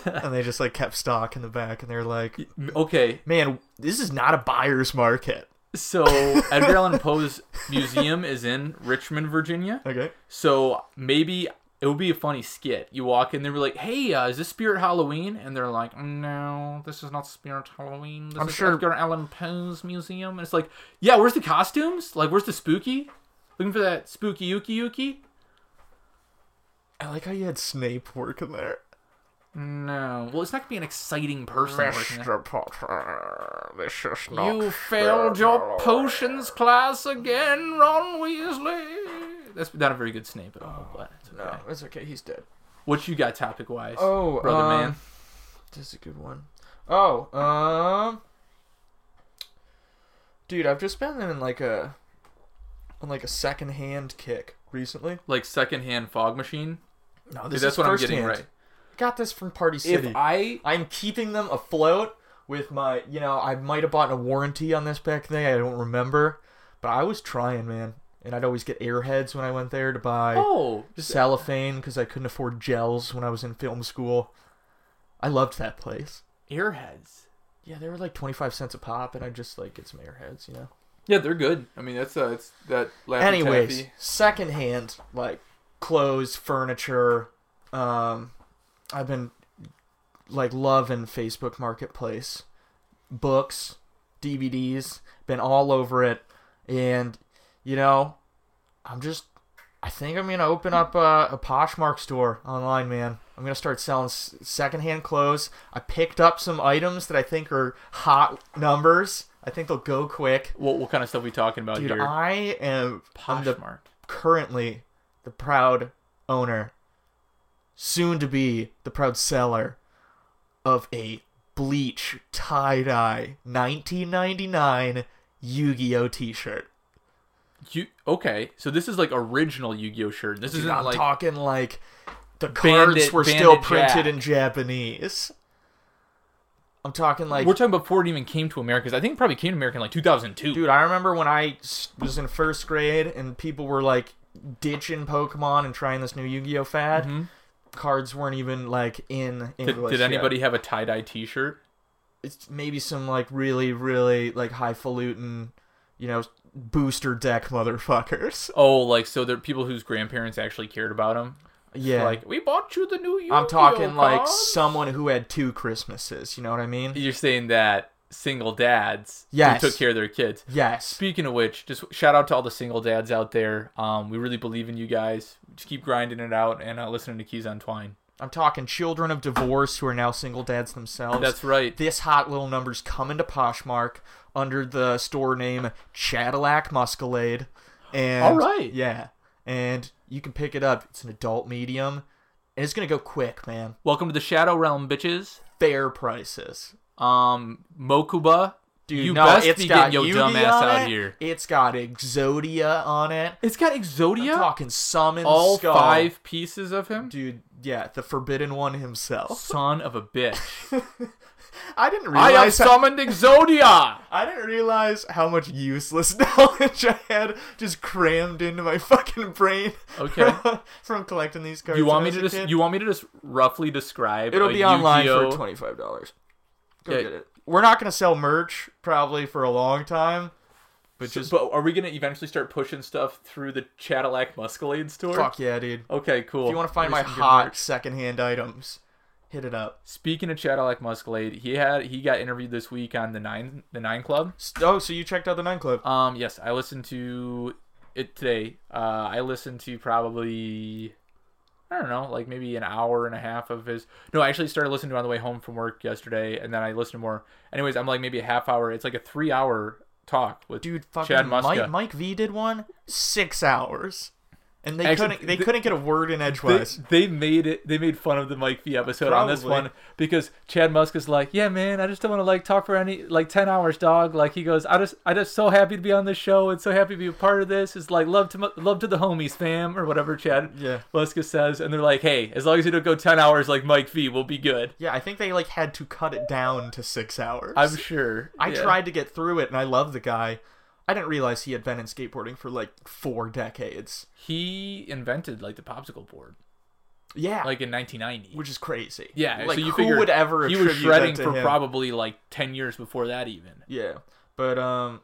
[SPEAKER 2] and they just like kept stock in the back, and they're like,
[SPEAKER 3] Okay,
[SPEAKER 2] man, this is not a buyer's market.
[SPEAKER 3] So Edgar Allan Poe's museum is in Richmond, Virginia.
[SPEAKER 2] Okay.
[SPEAKER 3] So maybe it would be a funny skit. You walk in, they're like, "Hey, uh, is this Spirit Halloween?" And they're like, "No, this is not Spirit Halloween. This
[SPEAKER 2] I'm
[SPEAKER 3] is
[SPEAKER 2] sure-
[SPEAKER 3] Edgar Allan Poe's museum." And it's like, "Yeah, where's the costumes? Like, where's the spooky? Looking for that spooky yuki yuki?
[SPEAKER 2] I like how you had Snape working there.
[SPEAKER 3] No. Well, it's not gonna be an exciting person working there.
[SPEAKER 2] Potter, this is
[SPEAKER 3] You failed your potions class again, Ron Weasley. That's not a very good Snape at all, but it's okay.
[SPEAKER 2] No, it's okay. He's dead.
[SPEAKER 3] What you got topic wise?
[SPEAKER 2] Oh,
[SPEAKER 3] brother
[SPEAKER 2] um,
[SPEAKER 3] man.
[SPEAKER 2] This is a good one. Oh, um, dude, I've just been in like a, on like a second hand kick recently.
[SPEAKER 3] Like secondhand fog machine.
[SPEAKER 2] No,
[SPEAKER 3] Dude,
[SPEAKER 2] this
[SPEAKER 3] that's
[SPEAKER 2] is
[SPEAKER 3] what I'm
[SPEAKER 2] firsthand.
[SPEAKER 3] getting right.
[SPEAKER 2] Got this from Party City.
[SPEAKER 3] If I
[SPEAKER 2] I'm keeping them afloat with my, you know, I might have bought a warranty on this back then. I don't remember, but I was trying, man. And I'd always get airheads when I went there to buy
[SPEAKER 3] oh
[SPEAKER 2] cellophane because I couldn't afford gels when I was in film school. I loved that place.
[SPEAKER 3] airheads.
[SPEAKER 2] Yeah, they were like 25 cents a pop, and I just like get some airheads, you know?
[SPEAKER 3] Yeah, they're good. I mean, that's uh, it's that. Laffy
[SPEAKER 2] Anyways,
[SPEAKER 3] Taffy.
[SPEAKER 2] secondhand, like clothes, furniture. Um, I've been like loving Facebook Marketplace, books, DVDs, been all over it. And, you know, I'm just, I think I'm going to open up a, a Poshmark store online, man. I'm going to start selling s- secondhand clothes. I picked up some items that I think are hot numbers. I think they'll go quick.
[SPEAKER 3] what what kind of stuff we talking about
[SPEAKER 2] Dude,
[SPEAKER 3] here?
[SPEAKER 2] I am I'm the
[SPEAKER 3] Poshmark.
[SPEAKER 2] currently the proud owner, soon to be the proud seller of a bleach tie dye 1999 Yu Gi Oh t shirt.
[SPEAKER 3] You okay? So this is like original Yu-Gi-Oh shirt. This isn't
[SPEAKER 2] I'm
[SPEAKER 3] like
[SPEAKER 2] talking like the cards
[SPEAKER 3] Bandit-
[SPEAKER 2] were still
[SPEAKER 3] Bandit
[SPEAKER 2] printed
[SPEAKER 3] Jack.
[SPEAKER 2] in Japanese. I'm talking like
[SPEAKER 3] We're talking about before it even came to America. 'cause I think it probably came to America in like 2002.
[SPEAKER 2] Dude, I remember when I s- was in first grade and people were like ditching Pokemon and trying this new Yu-Gi-Oh fad. Cards weren't even like in
[SPEAKER 3] Mm-hmm. did,
[SPEAKER 2] English.
[SPEAKER 3] did
[SPEAKER 2] yet.
[SPEAKER 3] anybody have a tie dye T-shirt?
[SPEAKER 2] It's maybe some like really, really like highfalutin, you know, booster deck motherfuckers.
[SPEAKER 3] Oh, like so there are people whose grandparents actually cared about them.
[SPEAKER 2] Yeah,
[SPEAKER 3] Like we bought you the new. Yu-Gi-Oh
[SPEAKER 2] I'm talking like
[SPEAKER 3] cards."
[SPEAKER 2] someone who had two Christmases. You know what I mean?
[SPEAKER 3] You're saying that single dads
[SPEAKER 2] Yes.
[SPEAKER 3] who took care of their kids.
[SPEAKER 2] Yes.
[SPEAKER 3] Speaking of which, just shout out to all the single dads out there. Um, we really believe in you guys. Just keep grinding it out and uh, listening to Keys on Twine.
[SPEAKER 2] I'm talking children of divorce who are now single dads themselves.
[SPEAKER 3] That's right.
[SPEAKER 2] This hot little number's coming to Poshmark under the store name Cadillac Muscalade. And
[SPEAKER 3] All right.
[SPEAKER 2] Yeah. And you can pick it up. It's an adult medium. And it's gonna go quick, man.
[SPEAKER 3] Welcome to the Shadow Realm, bitches.
[SPEAKER 2] Fair prices.
[SPEAKER 3] Um, Mokuba,
[SPEAKER 2] Dude,
[SPEAKER 3] you
[SPEAKER 2] no,
[SPEAKER 3] best
[SPEAKER 2] it's
[SPEAKER 3] be
[SPEAKER 2] got
[SPEAKER 3] getting your
[SPEAKER 2] Yugi
[SPEAKER 3] dumbass
[SPEAKER 2] on
[SPEAKER 3] out
[SPEAKER 2] it.
[SPEAKER 3] here.
[SPEAKER 2] It's got Exodia on it.
[SPEAKER 3] It's got
[SPEAKER 2] I'm
[SPEAKER 3] Exodia.
[SPEAKER 2] talking summon
[SPEAKER 3] All
[SPEAKER 2] skull.
[SPEAKER 3] five pieces of him.
[SPEAKER 2] Dude, yeah, the Forbidden One himself.
[SPEAKER 3] Son of a bitch.
[SPEAKER 2] I didn't
[SPEAKER 3] I have
[SPEAKER 2] realize how-
[SPEAKER 3] summoned Exodia.
[SPEAKER 2] I didn't realize how much useless knowledge I had just crammed into my fucking brain.
[SPEAKER 3] Okay.
[SPEAKER 2] from collecting these cards.
[SPEAKER 3] You want
[SPEAKER 2] when I was
[SPEAKER 3] me to
[SPEAKER 2] a
[SPEAKER 3] just
[SPEAKER 2] kid.
[SPEAKER 3] you want me to just roughly describe?
[SPEAKER 2] It'll
[SPEAKER 3] a
[SPEAKER 2] be online
[SPEAKER 3] Yu-Gi-Oh?
[SPEAKER 2] for twenty five dollars. Go
[SPEAKER 3] Yeah.
[SPEAKER 2] get it. We're not gonna sell merch probably for a long time, but
[SPEAKER 3] So-
[SPEAKER 2] just
[SPEAKER 3] but are we gonna eventually start pushing stuff through the Cadillac Muscalade store?
[SPEAKER 2] fuck yeah, dude.
[SPEAKER 3] Okay, cool.
[SPEAKER 2] If you want to find
[SPEAKER 3] Here's
[SPEAKER 2] my
[SPEAKER 3] some good
[SPEAKER 2] hot
[SPEAKER 3] merch.
[SPEAKER 2] secondhand items, hit it up.
[SPEAKER 3] Speaking of Cadillac Muscalade, he had he got interviewed this week on the nine the nine club.
[SPEAKER 2] S- Oh, so you checked out the nine club?
[SPEAKER 3] Um, yes, I listened to it today. Uh, I listened to probably I don't know, like maybe an hour and a half of his. No, I actually started listening to it on the way home from work yesterday, and then I listened to more. Anyways, I'm like maybe a half hour. It's like a three hour talk with
[SPEAKER 2] dude, fucking
[SPEAKER 3] Chad Muska.
[SPEAKER 2] Mike, Mike V did one six hours, and they
[SPEAKER 3] Actually,
[SPEAKER 2] couldn't they
[SPEAKER 3] th-
[SPEAKER 2] couldn't get a word in
[SPEAKER 3] they,
[SPEAKER 2] edgewise.
[SPEAKER 3] they made it. They made fun of the Mike V episode on this
[SPEAKER 2] Probably.
[SPEAKER 3] one because Chad Musk is like, "Yeah, man, I just don't want to like talk for any like ten hours, dog." Like he goes, "I just, I just so happy to be on this show and so happy to be a part of this." It's like love to mu- love to the homies, fam, or whatever Chad
[SPEAKER 2] Yeah.
[SPEAKER 3] Musk says, and they're like, "Hey, as long as you don't go ten hours like Mike V, we'll be good."
[SPEAKER 2] Yeah, I think they like had to cut it down to six hours.
[SPEAKER 3] I'm sure.
[SPEAKER 2] I
[SPEAKER 3] Yeah.
[SPEAKER 2] tried to get through it, and I love the guy. I didn't realize he had been in skateboarding for like four decades.
[SPEAKER 3] He invented like the popsicle board,
[SPEAKER 2] Yeah,
[SPEAKER 3] like in 1990.
[SPEAKER 2] which is crazy.
[SPEAKER 3] yeah,
[SPEAKER 2] like
[SPEAKER 3] so you
[SPEAKER 2] who
[SPEAKER 3] figure
[SPEAKER 2] would ever
[SPEAKER 3] he was
[SPEAKER 2] attribute
[SPEAKER 3] shredding
[SPEAKER 2] that to
[SPEAKER 3] for
[SPEAKER 2] him?
[SPEAKER 3] probably like ten years before that even.
[SPEAKER 2] Yeah, but um,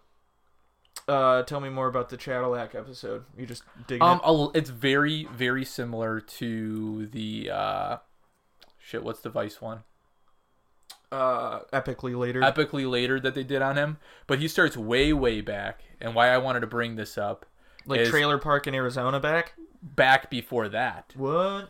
[SPEAKER 2] uh, tell me more about the Cadillac episode. You just dig
[SPEAKER 3] Um,
[SPEAKER 2] it.
[SPEAKER 3] a- it's very, very similar to the uh, shit. What's the Vice one?
[SPEAKER 2] Uh, epically later.
[SPEAKER 3] Epically later that they did on him, but he starts way, way back. And why I wanted to bring this up,
[SPEAKER 2] like
[SPEAKER 3] is-
[SPEAKER 2] trailer park in Arizona back.
[SPEAKER 3] back before that.
[SPEAKER 2] What?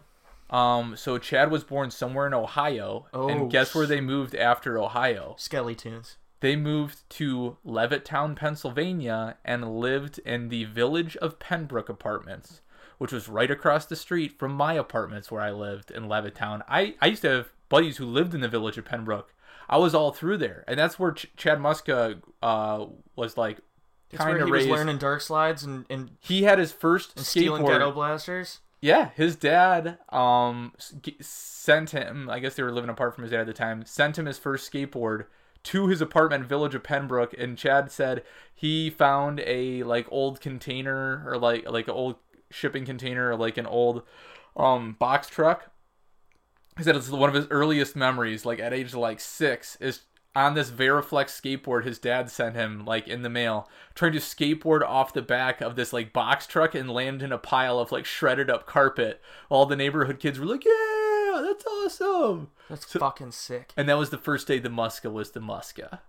[SPEAKER 3] Um, so Chad was born somewhere in Ohio,
[SPEAKER 2] Oh,
[SPEAKER 3] and guess where they moved after Ohio?
[SPEAKER 2] Skelly tunes.
[SPEAKER 3] They moved to Levittown, Pennsylvania, and lived in the Village of Penbrook Apartments, which was right across the street from my apartments where I lived in Levittown. I, I used to have buddies who lived in the Village of Penbrook. I was all through there, and that's where Ch- Chad Muska uh, was like
[SPEAKER 2] It's
[SPEAKER 3] kind
[SPEAKER 2] where
[SPEAKER 3] of
[SPEAKER 2] he
[SPEAKER 3] raised.
[SPEAKER 2] was learning dark slides and and,
[SPEAKER 3] He had his first
[SPEAKER 2] and stealing ghetto
[SPEAKER 3] skateboard.
[SPEAKER 2] blasters.
[SPEAKER 3] Yeah, his dad um s- g- sent him. I guess they were living apart from his dad at the time. Sent him his first skateboard to his apartment in village of Penbrook, and Chad said he found a like old container or like like an old shipping container or like an old um box truck. He said it's one of his earliest memories, like at age like six, is on this Veriflex skateboard his dad sent him, like in the mail, trying to skateboard off the back of this like box truck and land in a pile of like shredded up carpet. All the neighborhood kids were like, "Yeah, that's awesome!"
[SPEAKER 2] That's fucking sick.
[SPEAKER 3] And that was the first day the Muska was the Muska.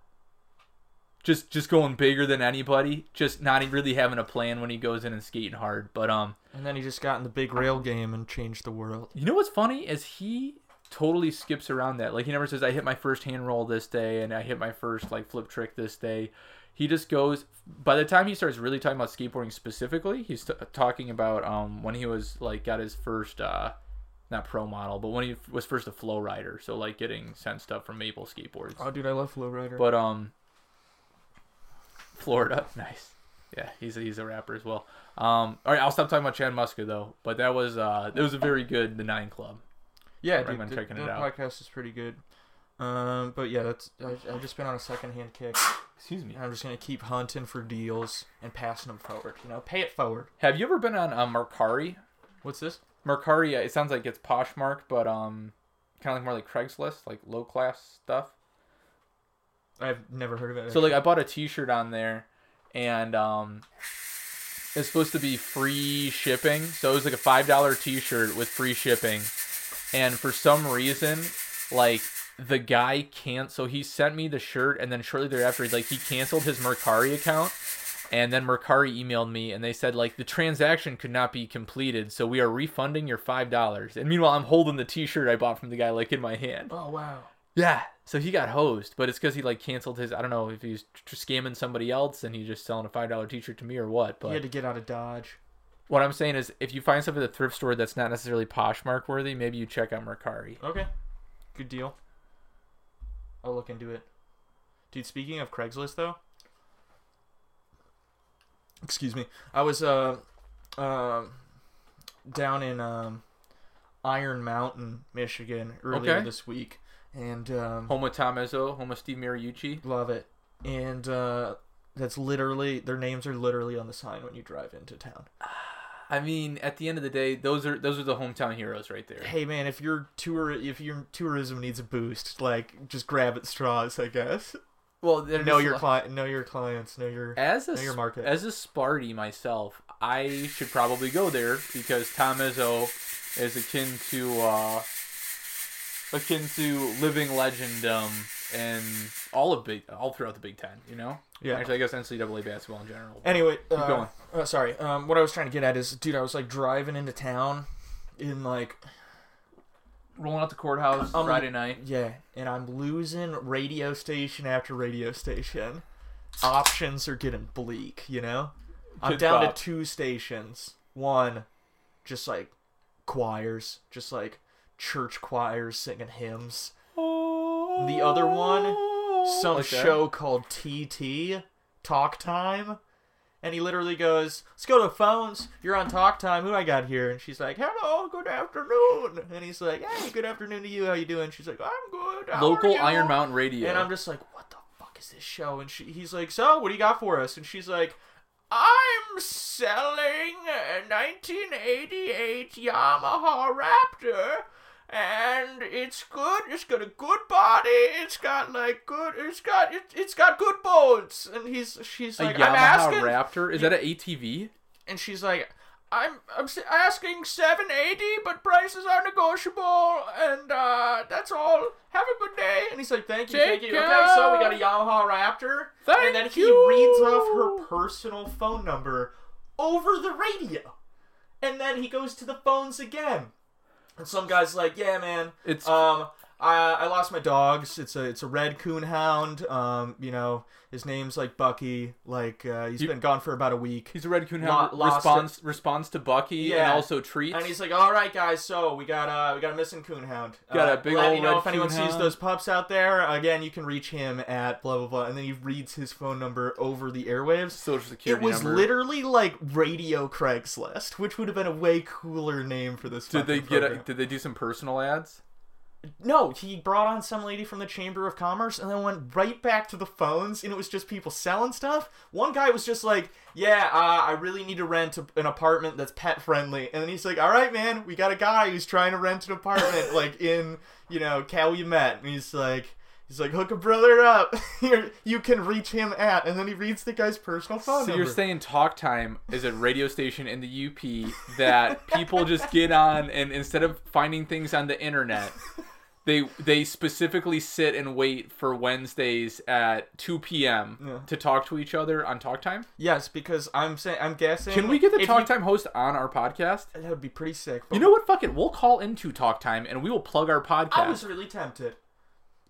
[SPEAKER 3] Just just going bigger than anybody, just not e-, really having a plan when he goes in and skating hard. But um,
[SPEAKER 2] And then he just got in the big rail game and changed the world.
[SPEAKER 3] You know what's funny is he totally skips around that. Like he never says, "I hit my first hand roll this day," and "I hit my first like flip trick this day." He just goes. By the time he starts really talking about skateboarding specifically, he's t- talking about um when he was like got his first uh not pro model, but when he was first a flow rider. So like getting sent stuff from Maple Skateboards.
[SPEAKER 2] Oh, dude, I love Flow Rider.
[SPEAKER 3] But um, Florida, nice. Yeah, he's a, he's a rapper as well. Um, all right, I'll stop talking about Chad Muska though. But that was uh, that was a very good The Nine Club.
[SPEAKER 2] Yeah, dude,
[SPEAKER 3] recommend
[SPEAKER 2] the,
[SPEAKER 3] checking it
[SPEAKER 2] the
[SPEAKER 3] out.
[SPEAKER 2] podcast is pretty good. Um, but yeah, that's I, I've just been on a secondhand kick.
[SPEAKER 3] Excuse me.
[SPEAKER 2] I'm just gonna keep hunting for deals and passing them forward. You know, pay it forward.
[SPEAKER 3] Have you ever been on uh, Mercari?
[SPEAKER 2] What's this?
[SPEAKER 3] Mercari, uh, it sounds like it's Poshmark, but um, kind of like more like Craigslist, like low class stuff.
[SPEAKER 2] I've never heard of it.
[SPEAKER 3] So like I bought a T-shirt on there, and um, it's supposed to be free shipping. So it was like a five dollar T-shirt with free shipping, and for some reason, like the guy can't. So he sent me the shirt, and then shortly thereafter, like he canceled his Mercari account. And then Mercari emailed me and they said like the transaction could not be completed, so we are refunding your five dollars. And meanwhile, I'm holding the T-shirt I bought from the guy like in my hand.
[SPEAKER 2] oh wow.
[SPEAKER 3] Yeah. So he got hosed, but it's because he like canceled his. I don't know if he was tr- scamming somebody else and he's just selling a five dollar T-shirt to me or what.
[SPEAKER 2] You
[SPEAKER 3] But
[SPEAKER 2] had to get out of Dodge.
[SPEAKER 3] what I'm saying is, if you find something at the thrift store that's not necessarily Poshmark worthy, maybe you check out Mercari.
[SPEAKER 2] Okay. Good deal. I'll look into it. Dude, speaking of Craigslist though. Excuse me. I was uh um down in um Iron Mountain, Michigan earlier
[SPEAKER 3] Okay.
[SPEAKER 2] this week and um
[SPEAKER 3] Home of Tom Izzo, home of Steve Mariucci.
[SPEAKER 2] love it. And uh that's literally their names are literally on the sign when you drive into town.
[SPEAKER 3] I mean, at the end of the day, those are those are the hometown heroes right there.
[SPEAKER 2] Hey man, if your tour if your tourism needs a boost, like just grab at straws, I guess.
[SPEAKER 3] Well, they're
[SPEAKER 2] know
[SPEAKER 3] just
[SPEAKER 2] your
[SPEAKER 3] like-
[SPEAKER 2] client, know your clients, know your
[SPEAKER 3] as a
[SPEAKER 2] know your
[SPEAKER 3] sp-
[SPEAKER 2] market.
[SPEAKER 3] as a Sparty myself, I should probably go there because Tom Izzo is akin to uh, akin to living legend um, and all of big all throughout the Big Ten. You know,
[SPEAKER 2] Yeah.
[SPEAKER 3] Actually, I guess NCAA basketball in general.
[SPEAKER 2] Anyway, uh,
[SPEAKER 3] going.
[SPEAKER 2] uh, sorry. Um, what I was trying to get at is, dude, I was like driving into town, in like
[SPEAKER 3] Rolling out the courthouse
[SPEAKER 2] Um,
[SPEAKER 3] Friday night.
[SPEAKER 2] yeah, and I'm losing radio station after radio station. Options are getting bleak, you know. I'm
[SPEAKER 3] Good
[SPEAKER 2] down
[SPEAKER 3] thought.
[SPEAKER 2] to two stations. One, just like choirs, just like church choirs singing hymns. The other one, some
[SPEAKER 3] Oh. Like that.
[SPEAKER 2] show called TT Talk Time, and he literally goes, "Let's go to phones. You're on Talk Time. Who I got here?" And she's like, "Hello, good afternoon." And he's like, "Hey, good afternoon to you. How you doing?" She's like, "I'm good. How are
[SPEAKER 3] Local
[SPEAKER 2] you?"
[SPEAKER 3] Iron Mountain Radio.
[SPEAKER 2] And I'm just like, "What the fuck is this show?" And she, he's like, "So, what do you got for us?" And she's like. I'm selling a 1988 Yamaha Raptor, and it's good. It's got a good body. It's got like good. It's got it, it's got good bones. And he's she's
[SPEAKER 3] a
[SPEAKER 2] like I'm
[SPEAKER 3] Yamaha
[SPEAKER 2] asking,
[SPEAKER 3] Raptor. Is that an ATV?
[SPEAKER 2] and she's like I'm I'm s- asking 780, but prices are negotiable, and uh, that's all. Have a good day. And he's like, thank you, thank
[SPEAKER 3] Take
[SPEAKER 2] you. Okay, so we
[SPEAKER 3] care.
[SPEAKER 2] got a Yamaha Raptor,
[SPEAKER 3] Thank
[SPEAKER 2] and then he
[SPEAKER 3] you.
[SPEAKER 2] reads off her personal phone number over the radio, and then he goes to the phones again. And some guy's like, "Yeah, man,
[SPEAKER 3] It's-
[SPEAKER 2] um, I I lost my dogs. It's a it's a red coon hound. Um, you know, his name's like Bucky. Like uh, he's
[SPEAKER 3] You-
[SPEAKER 2] been gone for about a week.
[SPEAKER 3] He's a Red Coon
[SPEAKER 2] Lo-
[SPEAKER 3] Hound.
[SPEAKER 2] lost
[SPEAKER 3] Responds responds to Bucky and
[SPEAKER 2] Yeah.
[SPEAKER 3] also treats.
[SPEAKER 2] And he's like, "All right, guys, so we got uh we got a missing coon hound.
[SPEAKER 3] Got
[SPEAKER 2] uh,
[SPEAKER 3] a big
[SPEAKER 2] let
[SPEAKER 3] ol'
[SPEAKER 2] me know
[SPEAKER 3] red
[SPEAKER 2] if anyone
[SPEAKER 3] coon
[SPEAKER 2] sees
[SPEAKER 3] hound."
[SPEAKER 2] those pups out there. Again, you can reach him at blah blah blah. And then he reads his phone number over the airwaves.
[SPEAKER 3] social
[SPEAKER 2] It
[SPEAKER 3] security
[SPEAKER 2] was
[SPEAKER 3] number.
[SPEAKER 2] literally like Radio Craigslist, which would have been a way cooler name for this.
[SPEAKER 3] Did they
[SPEAKER 2] fucking
[SPEAKER 3] get? A,
[SPEAKER 2] program.
[SPEAKER 3] did they do some personal ads?
[SPEAKER 2] No, he brought on some lady from the Chamber of Commerce and then went right back to the phones, and it was just people selling stuff. One guy was just like, Yeah, uh, I really need to rent a- an apartment that's pet friendly. And then he's like, All right, man, we got a guy who's trying to rent an apartment, like in, you know, Calumet. And he's like, He's like, Hook a brother up. Here, you can reach him at. And then he reads the guy's personal phone
[SPEAKER 3] So
[SPEAKER 2] number.
[SPEAKER 3] you're saying Talk Time is a radio station in the UP that people just get on and instead of finding things on the internet, they they specifically sit and wait for Wednesdays at 2 p.m.
[SPEAKER 2] Yeah.
[SPEAKER 3] to talk to each other on Talk Time.
[SPEAKER 2] yes, because I'm saying, I'm guessing.
[SPEAKER 3] Can we get the
[SPEAKER 2] if
[SPEAKER 3] Talk
[SPEAKER 2] you-
[SPEAKER 3] Time host on our podcast?
[SPEAKER 2] That would be pretty sick. But
[SPEAKER 3] You know what? Fuck it. We'll call into Talk Time and we will plug our podcast.
[SPEAKER 2] I was really tempted.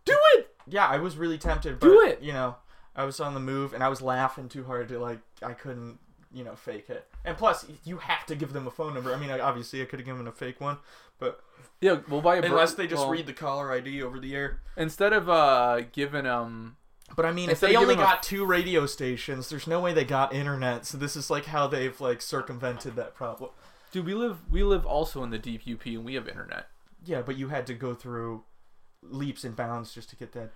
[SPEAKER 3] Do it.
[SPEAKER 2] Yeah, I was really tempted. But,
[SPEAKER 3] Do it!
[SPEAKER 2] You know, I was on the move and I was laughing too hard to like I couldn't you know fake it. And plus, you have to give them a phone number. I mean, I, obviously, I could have given a fake one, but
[SPEAKER 3] Yeah, we'll buy a bur-
[SPEAKER 2] unless they just
[SPEAKER 3] well-
[SPEAKER 2] read the caller ID over the air.
[SPEAKER 3] instead of uh giving um
[SPEAKER 2] But I mean,
[SPEAKER 3] If
[SPEAKER 2] if,
[SPEAKER 3] they
[SPEAKER 2] they
[SPEAKER 3] only
[SPEAKER 2] only
[SPEAKER 3] got-
[SPEAKER 2] got two radio stations, there's no way they got internet. So this is like how they've like circumvented that problem.
[SPEAKER 3] Dude, we live we live also in the deep UP and we have internet.
[SPEAKER 2] Yeah, but you had to go through leaps and bounds just to get that.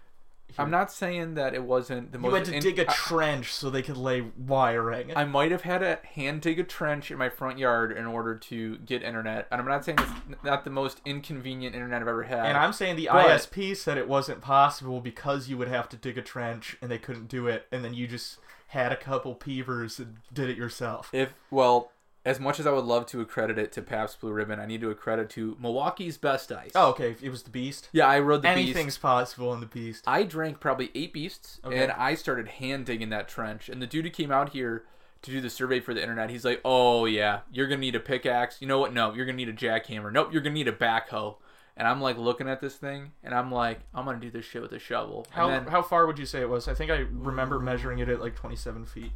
[SPEAKER 2] here.
[SPEAKER 3] I'm not saying that it wasn't the
[SPEAKER 2] You
[SPEAKER 3] most.
[SPEAKER 2] had to
[SPEAKER 3] in-
[SPEAKER 2] dig a
[SPEAKER 3] I-
[SPEAKER 2] trench so they could lay wiring.
[SPEAKER 3] I might have had to hand dig a trench in my front yard in order to get internet, and I'm not saying it's not the most inconvenient internet I've ever had.
[SPEAKER 2] and I'm saying the
[SPEAKER 3] But-
[SPEAKER 2] ISP said it wasn't possible because you would have to dig a trench and they couldn't do it. And then you just had a couple peevers and did it yourself.
[SPEAKER 3] if well, as much as I would love to accredit it to Pabst Blue Ribbon, I need to accredit to Milwaukee's Best Ice.
[SPEAKER 2] Oh, okay. It was the beast.
[SPEAKER 3] yeah, I rode the beast.
[SPEAKER 2] Anything's possible in the beast.
[SPEAKER 3] I drank probably eight beasts,
[SPEAKER 2] Okay.
[SPEAKER 3] and I started hand digging that trench. And the dude who came out here to do the survey for the internet, he's like, "Oh yeah, you're gonna need a pickaxe. You know what? No, you're gonna need a jackhammer. Nope, you're gonna need a backhoe." And I'm like looking at this thing, and I'm like, "I'm gonna do this shit with a shovel."
[SPEAKER 2] How,
[SPEAKER 3] and then,
[SPEAKER 2] how far would you say it was? I think I remember measuring it at like 27 feet.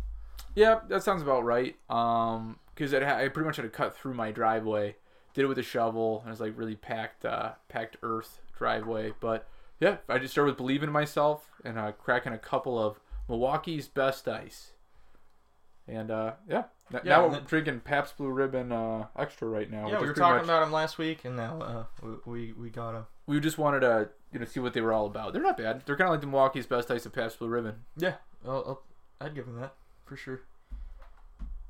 [SPEAKER 3] Yeah, that sounds about right. Um, because ha- I pretty much had to cut through my driveway. Did it with a shovel, and it was like really packed, uh, packed earth driveway. But yeah, I just started with believing in myself and uh, cracking a couple of Milwaukee's best ice. And uh, yeah, N-
[SPEAKER 2] Yeah,
[SPEAKER 3] now
[SPEAKER 2] and
[SPEAKER 3] we're
[SPEAKER 2] then-
[SPEAKER 3] drinking Pabst Blue Ribbon uh, extra right now.
[SPEAKER 2] Yeah,
[SPEAKER 3] which
[SPEAKER 2] we
[SPEAKER 3] is
[SPEAKER 2] were
[SPEAKER 3] pretty
[SPEAKER 2] talking
[SPEAKER 3] much-
[SPEAKER 2] about him last week, and now uh, we, we we got him.
[SPEAKER 3] We just wanted to you know see what they were all about. They're not bad. They're kind of like the Milwaukee's best ice of Pabst Blue Ribbon.
[SPEAKER 2] Yeah, I'll, i would give him that for sure.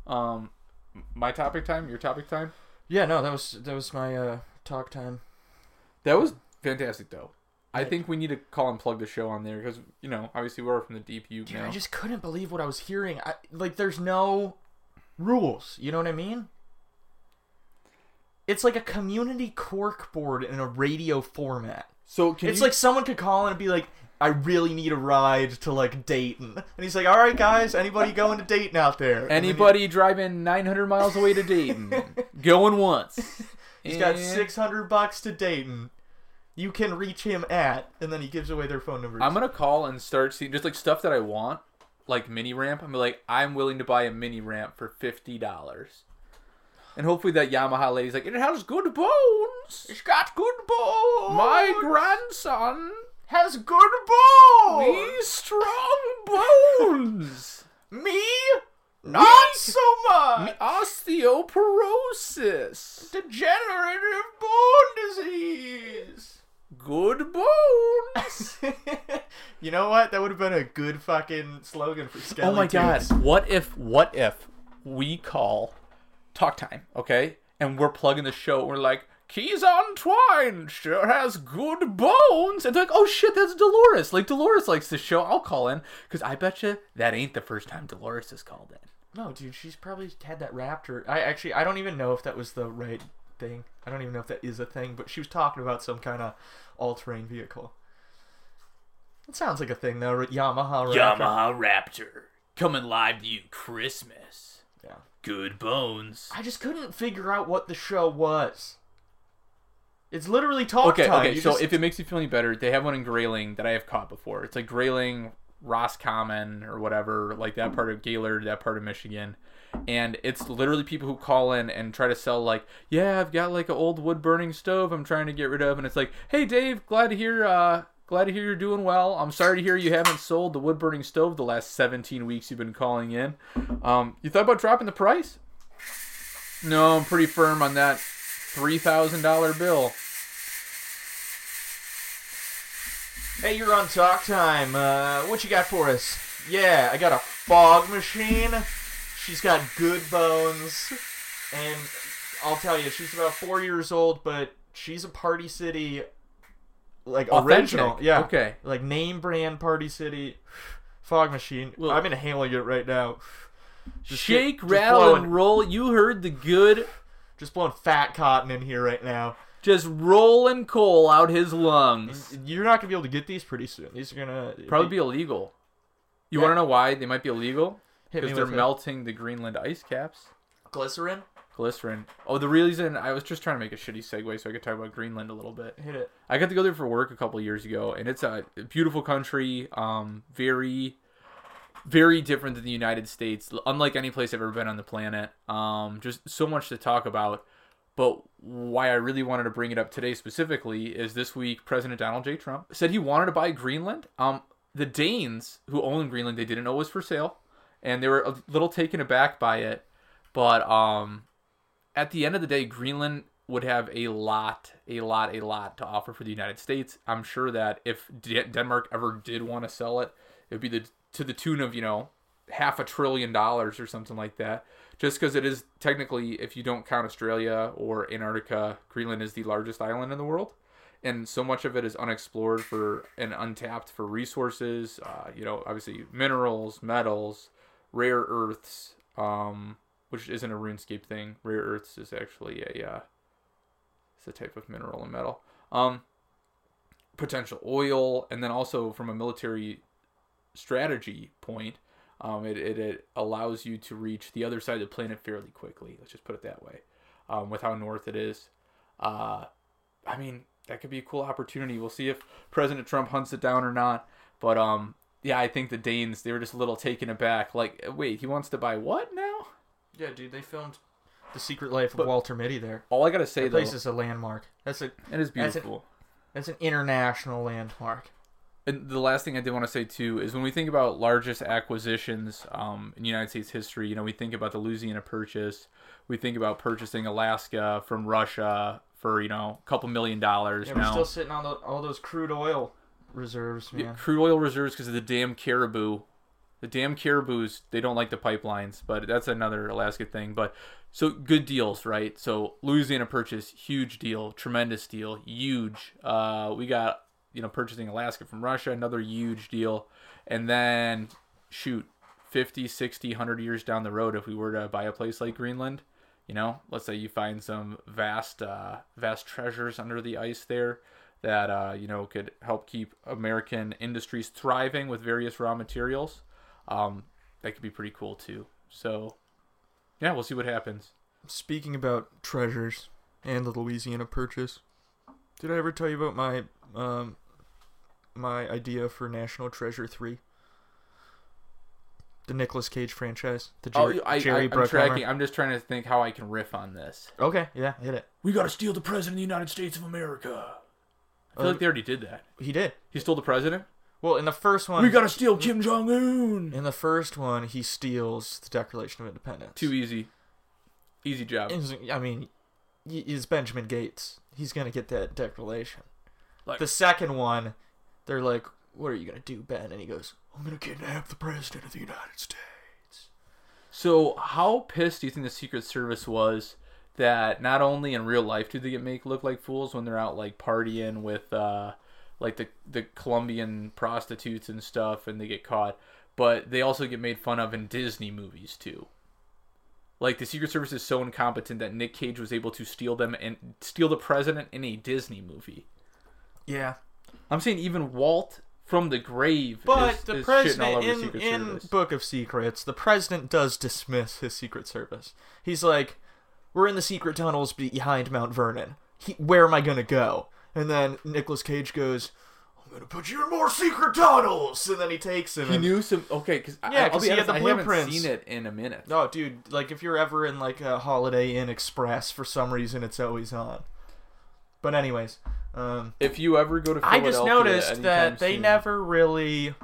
[SPEAKER 3] Um, my topic time, your topic time.
[SPEAKER 2] Yeah, no, that was that was my uh, talk time.
[SPEAKER 3] That was fantastic, though. I think we need to call and plug the show on there because you know, obviously we're from the deep U
[SPEAKER 2] Dude, I
[SPEAKER 3] now.
[SPEAKER 2] just couldn't believe what I was hearing. I, like, there's no rules. You know what I mean? It's like a community cork board in a radio format.
[SPEAKER 3] So can
[SPEAKER 2] it's
[SPEAKER 3] you-
[SPEAKER 2] like someone could call in and be like, "I really need a ride to like Dayton," and he's like, "All right, guys, anybody going to Dayton out there?" And then he-
[SPEAKER 3] anybody driving 900 miles away to Dayton, going once.
[SPEAKER 2] He's got
[SPEAKER 3] And-
[SPEAKER 2] six hundred bucks to Dayton. You can reach him at, and then he gives away their phone numbers.
[SPEAKER 3] I'm gonna call and start seeing just like stuff that I want, like mini ramp. I'm like, I'm willing to buy a mini ramp for fifty dollars, and hopefully that Yamaha lady's like, it has good bones.
[SPEAKER 2] He's got good balls.
[SPEAKER 3] My grandson,
[SPEAKER 2] has good balls.
[SPEAKER 3] these strong bones.
[SPEAKER 2] Me? Not so much.
[SPEAKER 3] Osteoporosis.
[SPEAKER 2] Degenerative bone disease.
[SPEAKER 3] Good bones.
[SPEAKER 2] you know what? That would have been a good fucking slogan for Skelly.
[SPEAKER 3] oh my god.
[SPEAKER 2] Tunes.
[SPEAKER 3] What if, what if we call talk time, okay? And we're plugging the show. We're like, Keys on Twine sure has good bones. And they're like, oh shit, that's Dolores. Like, Dolores likes the show. I'll call in. Because I bet you that ain't the first time Dolores has called in.
[SPEAKER 2] No, dude, she's probably had that raptor. I actually, I don't even know if that was the right thing. I don't even know if that is a thing, but she was talking about some kind of all-terrain vehicle. It sounds like a thing though. right? Yamaha. Raptor.
[SPEAKER 3] Raptor. Coming live to you Christmas.
[SPEAKER 2] Yeah.
[SPEAKER 3] Good bones.
[SPEAKER 2] I just couldn't figure out what the show was. It's literally talk
[SPEAKER 3] Okay,
[SPEAKER 2] time.
[SPEAKER 3] okay.
[SPEAKER 2] You
[SPEAKER 3] so
[SPEAKER 2] just-
[SPEAKER 3] if it makes you feel any better, they have one in Grayling that I have caught before. It's like Grayling, Roscommon, or whatever, like that part of Gaylord, that part of Michigan. And it's literally people who call in and try to sell like, yeah, I've got like an old wood burning stove I'm trying to get rid of, and it's like, hey Dave, glad to hear, uh, glad to hear you're doing well. I'm sorry to hear you haven't sold the wood burning stove the last 17 weeks you've been calling in. Um, you thought about dropping the price? No, I'm pretty firm on that three thousand dollar bill.
[SPEAKER 2] hey, you're on talk time. Uh, what you got for us? Yeah, I got a fog machine. She's got good bones, and I'll tell you, she's about four years old, but she's a Party City, like original.
[SPEAKER 3] Authentic.
[SPEAKER 2] Yeah.
[SPEAKER 3] Okay.
[SPEAKER 2] Like name brand Party City fog machine.
[SPEAKER 3] Well-
[SPEAKER 2] I'm inhaling it right now.
[SPEAKER 3] Shake,
[SPEAKER 2] just
[SPEAKER 3] rattle,
[SPEAKER 2] blowing-
[SPEAKER 3] and roll. You heard the good.
[SPEAKER 2] Just blowing fat cotton in here right now.
[SPEAKER 3] Just rolling coal out his lungs.
[SPEAKER 2] You're not gonna be able to get these pretty soon. These are gonna
[SPEAKER 3] Probably be illegal. You
[SPEAKER 2] Yeah.
[SPEAKER 3] want to know why they might be illegal?
[SPEAKER 2] Hit me
[SPEAKER 3] Because they're
[SPEAKER 2] with it.
[SPEAKER 3] melting the Greenland ice caps.
[SPEAKER 2] glycerin.
[SPEAKER 3] Glycerin. Oh, the reason I was just trying to make a shitty segue so I could talk about Greenland a little bit.
[SPEAKER 2] Hit it.
[SPEAKER 3] I got to go there for work a couple years ago, and it's a beautiful country. Um, very, very different than the United States. Unlike any place I've ever been on the planet. Um, just so much to talk about. But why I really wanted to bring it up today specifically is this week President Donald J. Trump said he wanted to buy Greenland. Um, the Danes who owned Greenland, they didn't know it was for sale, and they were a little taken aback by it. But um, at the end of the day, Greenland would have a lot, a lot, a lot to offer for the United States. I'm sure that if D- Denmark ever did want to sell it, it would be the to the tune of you know half a trillion dollars or something like that. Just because it is technically, if you don't count Australia or Antarctica, Greenland is the largest island in the world, and so much of it is unexplored for and untapped for resources. Uh, you know, obviously minerals, metals, rare earths. Um, which isn't a RuneScape thing. Rare earths is actually a uh, it's a type of mineral and metal. Um, potential oil, and then also from a military strategy point, um, it, it, it allows you to reach the other side of the planet fairly quickly. Let's just put it that way. Um, with how north it is, uh, I mean that could be a cool opportunity. We'll see if President Trump hunts it down or not. But um, yeah, I think the Danes they were just a little taken aback. Like, wait, he wants to buy what now?
[SPEAKER 2] Yeah, dude, they filmed The Secret Life of Walter Mitty there.
[SPEAKER 3] All I gotta say
[SPEAKER 2] That
[SPEAKER 3] though,
[SPEAKER 2] place is a landmark. That's a
[SPEAKER 3] it
[SPEAKER 2] that's an-
[SPEAKER 3] is beautiful.
[SPEAKER 2] that's an international landmark.
[SPEAKER 3] And the last thing I did want to say too is when we think about largest acquisitions um, in United States history, you know, we think about the Louisiana Purchase, we think about purchasing Alaska from Russia for you know a couple million dollars.
[SPEAKER 2] Yeah, we're
[SPEAKER 3] now,
[SPEAKER 2] still sitting on the, all those crude oil reserves, man.
[SPEAKER 3] Yeah, crude oil reserves because of the damn caribou. The damn caribous, they don't like the pipelines, but that's another Alaska thing. But so good deals, right? So Louisiana purchase, huge deal, tremendous deal, huge. Uh, we got you know purchasing Alaska from Russia, another huge deal, and then shoot, 50, 60, 100 years down the road, if we were to buy a place like Greenland, you know, let's say you find some vast, uh, vast treasures under the ice there that, uh, you know, could help keep American industries thriving with various raw materials. Um, that could be pretty cool too. So, yeah, we'll see what happens.
[SPEAKER 2] Speaking about treasures and the Louisiana Purchase, did I ever tell you about my um my idea for National Treasure Three? The Nicolas Cage franchise, the Jerry,
[SPEAKER 3] Oh, I,
[SPEAKER 2] Jerry
[SPEAKER 3] am
[SPEAKER 2] Bruckheimer.
[SPEAKER 3] tracking. I'm just trying to think how I can riff on this.
[SPEAKER 2] Okay, yeah, hit it.
[SPEAKER 3] We got to steal the president of the United States of America. I feel like they already did that.
[SPEAKER 2] He did.
[SPEAKER 3] He stole the president.
[SPEAKER 2] Well, in the first one,
[SPEAKER 3] to steal Kim Jong Un.
[SPEAKER 2] in the first one, he steals the Declaration of Independence.
[SPEAKER 3] Too easy. Easy job.
[SPEAKER 2] Is- I mean, y- is Benjamin Gates? He's gonna get that declaration.
[SPEAKER 3] Like-
[SPEAKER 2] the second one, they're like, "What are you gonna do, Ben?" And he goes, "I'm gonna kidnap the president of the United States."
[SPEAKER 3] So, how pissed do you think the Secret Service was that not only in real life do they get make look like fools when they're out like partying with uh, like the the Colombian prostitutes and stuff, and they get caught, but they also get made fun of in Disney movies too. Like the Secret Service is so incompetent that Nick Cage was able to steal them and steal the president in a Disney movie.
[SPEAKER 2] Yeah,
[SPEAKER 3] I'm saying even Walt from the grave.
[SPEAKER 2] but
[SPEAKER 3] is,
[SPEAKER 2] the
[SPEAKER 3] is shitting
[SPEAKER 2] president
[SPEAKER 3] all over the
[SPEAKER 2] in
[SPEAKER 3] Secret
[SPEAKER 2] in
[SPEAKER 3] Service.
[SPEAKER 2] Book of Secrets, the president does dismiss his Secret Service. He's like, "We're in the secret tunnels behind Mount Vernon. He, where am I gonna go?" And then Nicolas Cage goes. I'm gonna put you in more secret tunnels, and then he takes him.
[SPEAKER 3] He
[SPEAKER 2] and-
[SPEAKER 3] knew some. Okay, because
[SPEAKER 2] Yeah,
[SPEAKER 3] I'll
[SPEAKER 2] 'cause
[SPEAKER 3] be
[SPEAKER 2] he had
[SPEAKER 3] honest,
[SPEAKER 2] the
[SPEAKER 3] I haven't
[SPEAKER 2] blueprints.
[SPEAKER 3] seen it in a minute.
[SPEAKER 2] No, Oh, dude, like if you're ever in like a Holiday Inn Express, for some reason it's always on. But anyways, um,
[SPEAKER 3] If you ever go to,
[SPEAKER 2] I just
[SPEAKER 3] Philadelphia
[SPEAKER 2] noticed
[SPEAKER 3] anytime
[SPEAKER 2] that they
[SPEAKER 3] soon-
[SPEAKER 2] never really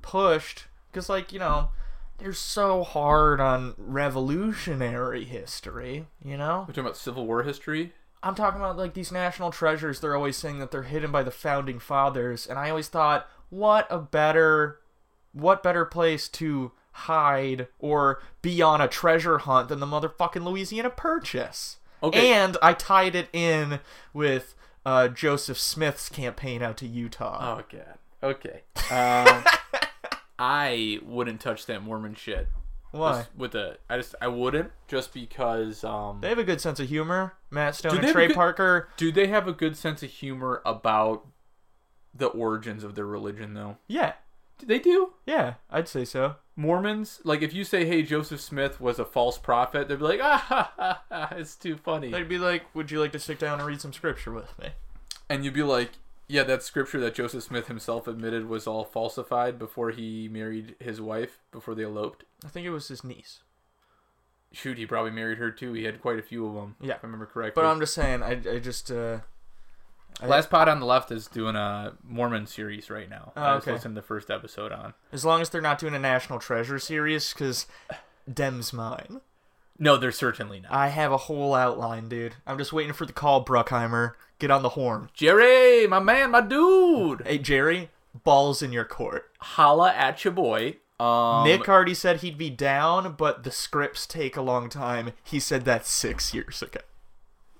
[SPEAKER 2] pushed because, like you know, they're so hard on revolutionary history. You know,
[SPEAKER 3] We're talking about Civil War history.
[SPEAKER 2] I'm talking about like these national treasures. They're always saying that they're hidden by the founding fathers, and I always thought, what a better, what better place to hide or be on a treasure hunt than the motherfucking Louisiana Purchase?
[SPEAKER 3] Okay.
[SPEAKER 2] And I tied it in with uh, Joseph Smith's campaign out to Utah.
[SPEAKER 3] Oh god. Okay. Um, I wouldn't touch that Mormon shit.
[SPEAKER 2] Why?
[SPEAKER 3] With the, I just, I wouldn't, just because. Um,
[SPEAKER 2] They have a good sense of humor. Matt Stone
[SPEAKER 3] Do
[SPEAKER 2] and
[SPEAKER 3] they have a
[SPEAKER 2] Trey
[SPEAKER 3] good-
[SPEAKER 2] Parker.
[SPEAKER 3] do they have a good sense of humor about the origins of their religion, though?
[SPEAKER 2] Yeah,
[SPEAKER 3] They do.
[SPEAKER 2] yeah, I'd say so.
[SPEAKER 3] Mormons, like if you say, "Hey, Joseph Smith was a false prophet," they'd be like, "Ah, ha, ha, ha, it's too funny,"
[SPEAKER 2] They'd be like, "Would you like to sit down and read some scripture with me?"
[SPEAKER 3] and you'd be like, "Yeah, that scripture that Joseph Smith himself admitted was all falsified before he married his wife, before they eloped.
[SPEAKER 2] I think it was his niece.
[SPEAKER 3] Shoot, he probably married her too. He had quite a few of them,
[SPEAKER 2] Yeah.
[SPEAKER 3] if I remember correctly."
[SPEAKER 2] But I'm just saying, I, I just uh,
[SPEAKER 3] Last pod on the left is doing a Mormon series right now.
[SPEAKER 2] Oh,
[SPEAKER 3] I just
[SPEAKER 2] okay.
[SPEAKER 3] listened to the first episode on.
[SPEAKER 2] As long as they're not doing a National Treasure series, because Dem's mine.
[SPEAKER 3] No, they're certainly not.
[SPEAKER 2] I have a whole outline, dude. I'm just waiting for the call, Bruckheimer. Get on the horn.
[SPEAKER 3] Jerry, my man, my dude.
[SPEAKER 2] Hey, Jerry, ball's in your court.
[SPEAKER 3] Holla at your boy. Um,
[SPEAKER 2] Nick already said he'd be down, but the scripts take a long time. He said that six years ago.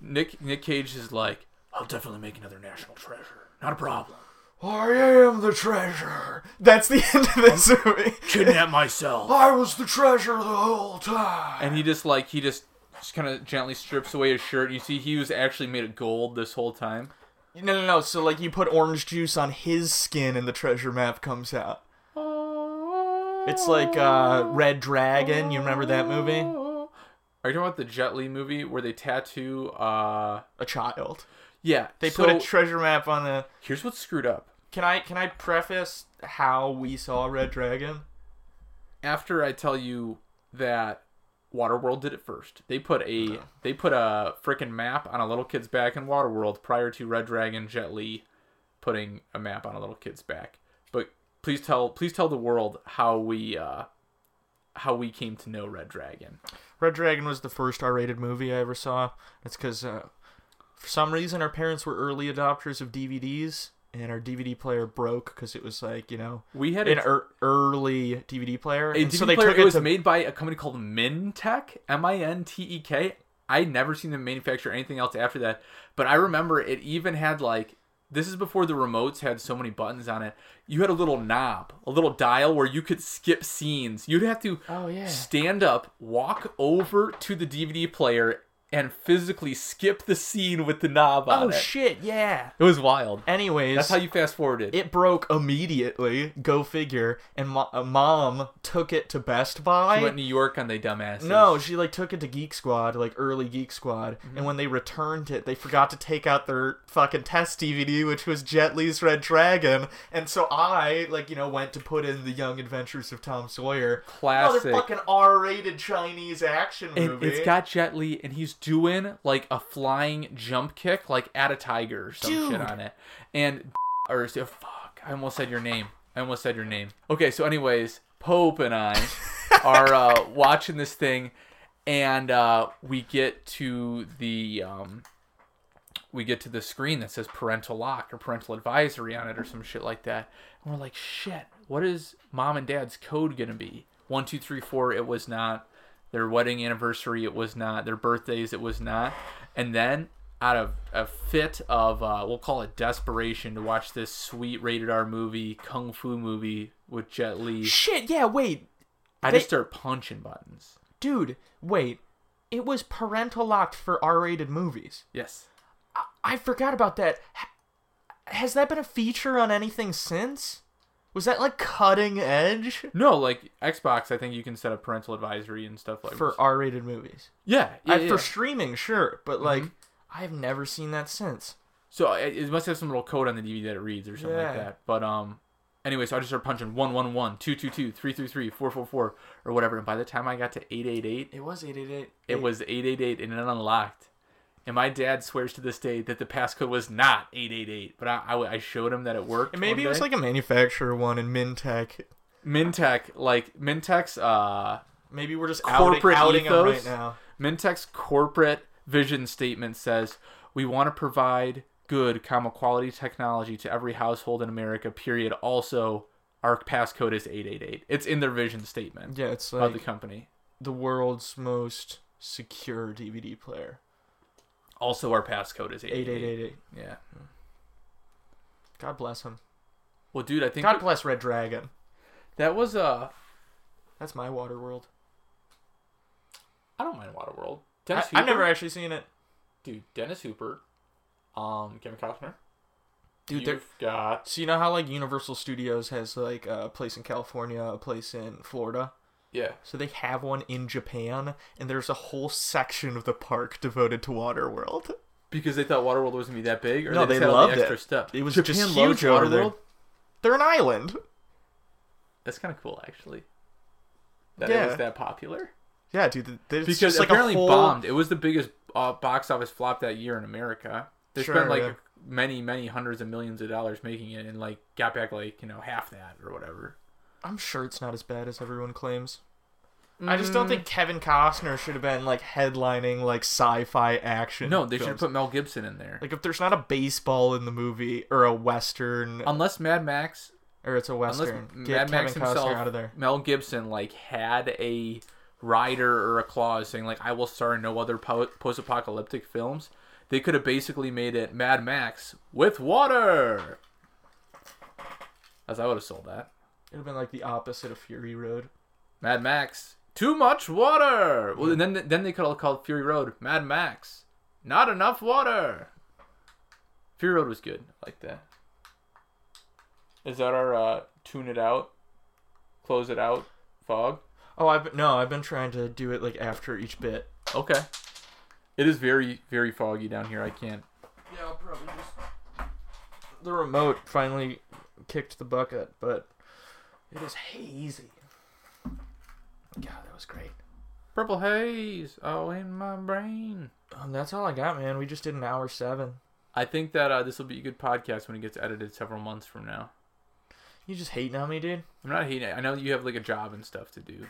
[SPEAKER 3] Nick Nick Cage is like, I'll definitely make another national treasure. Not a problem.
[SPEAKER 2] I am the treasure. That's the end of this movie.
[SPEAKER 3] Kidnap myself.
[SPEAKER 2] I was the treasure the whole time.
[SPEAKER 3] And he just like he just just kind of gently strips away his shirt. You see, he was actually made of gold this whole time.
[SPEAKER 2] No, no, no. So, like, you put orange juice on his skin and the treasure map comes out. It's like uh, Red Dragon. You remember that movie?
[SPEAKER 3] Are you talking about the Jet Li movie where they tattoo? uh
[SPEAKER 2] A child.
[SPEAKER 3] Yeah,
[SPEAKER 2] They
[SPEAKER 3] so
[SPEAKER 2] put a treasure map on the.
[SPEAKER 3] here's what's screwed up.
[SPEAKER 2] Can I can I preface how we saw Red Dragon?
[SPEAKER 3] after I tell you that Waterworld did it first. They put a they put a freaking map on a little kid's back in Waterworld prior to Red Dragon Jet Li putting a map on a little kid's back. But please tell please tell the world how we uh how we came to know Red Dragon.
[SPEAKER 2] Red Dragon was the first R-rated movie I ever saw. It's because uh, for some reason our parents were early adopters of DVDs, and our DVD player broke because it was like you know
[SPEAKER 3] We had
[SPEAKER 2] an
[SPEAKER 3] a,
[SPEAKER 2] er- early DVD player,
[SPEAKER 3] a
[SPEAKER 2] and
[SPEAKER 3] DVD
[SPEAKER 2] so they
[SPEAKER 3] player.
[SPEAKER 2] took
[SPEAKER 3] It was
[SPEAKER 2] to
[SPEAKER 3] made by a company called Mintech, M I N T E K. I never seen them manufacture anything else after that, but I remember it even had like this is before the remotes had so many buttons on it. You had a little knob, a little dial where you could skip scenes. You'd have to
[SPEAKER 2] Oh, yeah.
[SPEAKER 3] stand up, walk over to the DVD player, and physically skip the scene with the knob on
[SPEAKER 2] oh
[SPEAKER 3] it.
[SPEAKER 2] shit, yeah.
[SPEAKER 3] It was wild.
[SPEAKER 2] Anyways,
[SPEAKER 3] That's how you fast forwarded.
[SPEAKER 2] it broke immediately. Go figure. And mo- uh, mom took it to Best Buy.
[SPEAKER 3] went to New York on they dumbasses.
[SPEAKER 2] No, she like took it to Geek Squad, like early Geek Squad, and when they returned it, they forgot to take out their fucking test DVD, which was Jet Li's Red Dragon, and so I like you know went to put in the Young Adventures of Tom Sawyer,
[SPEAKER 3] Classic.
[SPEAKER 2] another fucking R-rated Chinese action
[SPEAKER 3] And
[SPEAKER 2] movie.
[SPEAKER 3] it's got Jet Li, and he's doing like a flying jump kick, like at a tiger or some shit
[SPEAKER 2] Dude.
[SPEAKER 3] on it. And or is it- fuck, I almost said your name. I almost said your name. Okay, so anyways, Pope and I are uh, watching this thing, and uh, we get to the um, we get to the screen that says parental lock or parental advisory on it or some shit like that. And we're like, shit, what is mom and dad's code gonna be? One, two, three, four, it was not. Their wedding anniversary, it was not. Their birthdays, it was not. And then out of a fit of uh, we'll call it desperation to watch this sweet rated R movie, Kung Fu movie with Jet Li.
[SPEAKER 2] Shit, yeah, wait,
[SPEAKER 3] I
[SPEAKER 2] They-
[SPEAKER 3] just start punching buttons.
[SPEAKER 2] dude, wait, it was parental locked for R-rated movies.
[SPEAKER 3] Yes.
[SPEAKER 2] I forgot about that. H- has that been a feature on anything since? Was that like cutting edge?
[SPEAKER 3] No, like Xbox, I think you can set up parental advisory and stuff like
[SPEAKER 2] for R-rated movies.
[SPEAKER 3] yeah, yeah,
[SPEAKER 2] I,
[SPEAKER 3] yeah. Mm-hmm.
[SPEAKER 2] For streaming, sure, but like I've never seen that since.
[SPEAKER 3] So I- it must have some little code on the DVD that it reads or something like
[SPEAKER 2] Yeah.
[SPEAKER 3] that. But um, anyway, so I just started punching one one one two two two three three three four four four or whatever. And by the time I got to eight eight eight,
[SPEAKER 2] It was 888.
[SPEAKER 3] it was eight eight eight and it unlocked. And my dad swears to this day that the passcode was not eight eight eight. But I, I, I showed him that it worked.
[SPEAKER 2] And maybe
[SPEAKER 3] one
[SPEAKER 2] it was
[SPEAKER 3] day.
[SPEAKER 2] like a manufacturer one in Mintech.
[SPEAKER 3] Mintech, like Mintech's uh
[SPEAKER 2] Maybe we're just
[SPEAKER 3] corporate
[SPEAKER 2] outing, outing 'em
[SPEAKER 3] ethos.
[SPEAKER 2] right now.
[SPEAKER 3] Mintech's corporate vision statement says, "We want to provide good, comma quality technology to every household in America." Period. Also, our passcode is eight eight eight. It's in their vision statement
[SPEAKER 2] Yeah, it's
[SPEAKER 3] of
[SPEAKER 2] like
[SPEAKER 3] the company.
[SPEAKER 2] the world's most secure DVD player.
[SPEAKER 3] Also, our passcode is eight eight eight.
[SPEAKER 2] 8888.
[SPEAKER 3] Yeah.
[SPEAKER 2] God bless him.
[SPEAKER 3] Well, dude, I think
[SPEAKER 2] God bless Red Dragon.
[SPEAKER 3] that was Uh,
[SPEAKER 2] That's my water world.
[SPEAKER 3] I don't mind Waterworld.
[SPEAKER 2] I,
[SPEAKER 3] Dennis
[SPEAKER 2] I've
[SPEAKER 3] Hooper-
[SPEAKER 2] never actually seen it.
[SPEAKER 3] dude. Dennis Hooper, um, Kevin Costner.
[SPEAKER 2] Dude, they're
[SPEAKER 3] You've got
[SPEAKER 2] so you know how like Universal Studios has like a place in California, a place in Florida.
[SPEAKER 3] yeah.
[SPEAKER 2] So they have one in Japan, and there's a whole section of the park devoted to Waterworld.
[SPEAKER 3] Because they thought Waterworld was gonna be that big, or
[SPEAKER 2] No,
[SPEAKER 3] they,
[SPEAKER 2] they
[SPEAKER 3] just had all
[SPEAKER 2] loved
[SPEAKER 3] the extra
[SPEAKER 2] it.
[SPEAKER 3] stuff.
[SPEAKER 2] It was
[SPEAKER 3] Japan
[SPEAKER 2] just
[SPEAKER 3] loves
[SPEAKER 2] huge over there.
[SPEAKER 3] Waterworld?
[SPEAKER 2] They're an island.
[SPEAKER 3] That's kind of cool, actually. That it
[SPEAKER 2] Yeah.
[SPEAKER 3] was that popular.
[SPEAKER 2] Yeah, dude. th- There's
[SPEAKER 3] Because
[SPEAKER 2] just like
[SPEAKER 3] apparently
[SPEAKER 2] a whole...
[SPEAKER 3] bombed. It was the biggest uh, box office flop that year in America. They
[SPEAKER 2] Sure,
[SPEAKER 3] spent like
[SPEAKER 2] yeah.
[SPEAKER 3] many, many hundreds of millions of dollars making it, and like got back like you know half that or whatever.
[SPEAKER 2] I'm sure it's not as bad as everyone claims. I just
[SPEAKER 3] Mm.
[SPEAKER 2] don't think Kevin Costner should have been like headlining like sci-fi action.
[SPEAKER 3] No, they should have
[SPEAKER 2] films.
[SPEAKER 3] put Mel Gibson in there.
[SPEAKER 2] like if there's not a baseball in the movie or a western
[SPEAKER 3] unless Mad Max,
[SPEAKER 2] or it's a
[SPEAKER 3] unless
[SPEAKER 2] western,
[SPEAKER 3] Mad
[SPEAKER 2] get
[SPEAKER 3] Max
[SPEAKER 2] Kevin
[SPEAKER 3] himself,
[SPEAKER 2] Costner out of there.
[SPEAKER 3] Mel Gibson like had a rider or a clause saying like I will star in no other po- post-apocalyptic films. They could have basically made it Mad Max with water. As I would have sold that.
[SPEAKER 2] It'd have been like the opposite of Fury Road.
[SPEAKER 3] Mad Max. Too much water. Well, and then then they could all call Fury Road Mad Max. Not enough water. Fury Road was good. I like that. Is that our uh, tune it out, close it out, fog?
[SPEAKER 2] Oh, I've been- no, I've been trying to do it like after each bit.
[SPEAKER 3] Okay. It is very very foggy down here. I can't.
[SPEAKER 2] Yeah, I'll probably just. The remote finally kicked the bucket, but it is hazy. God, that was great.
[SPEAKER 3] Purple haze. Oh, in my brain.
[SPEAKER 2] Um, that's all I got, man. We just did an hour seven.
[SPEAKER 3] I think that uh, this will be a good podcast when it gets edited several months from now.
[SPEAKER 2] You just hating on me, dude?
[SPEAKER 3] I'm not hating. I know you have like a job and stuff to do.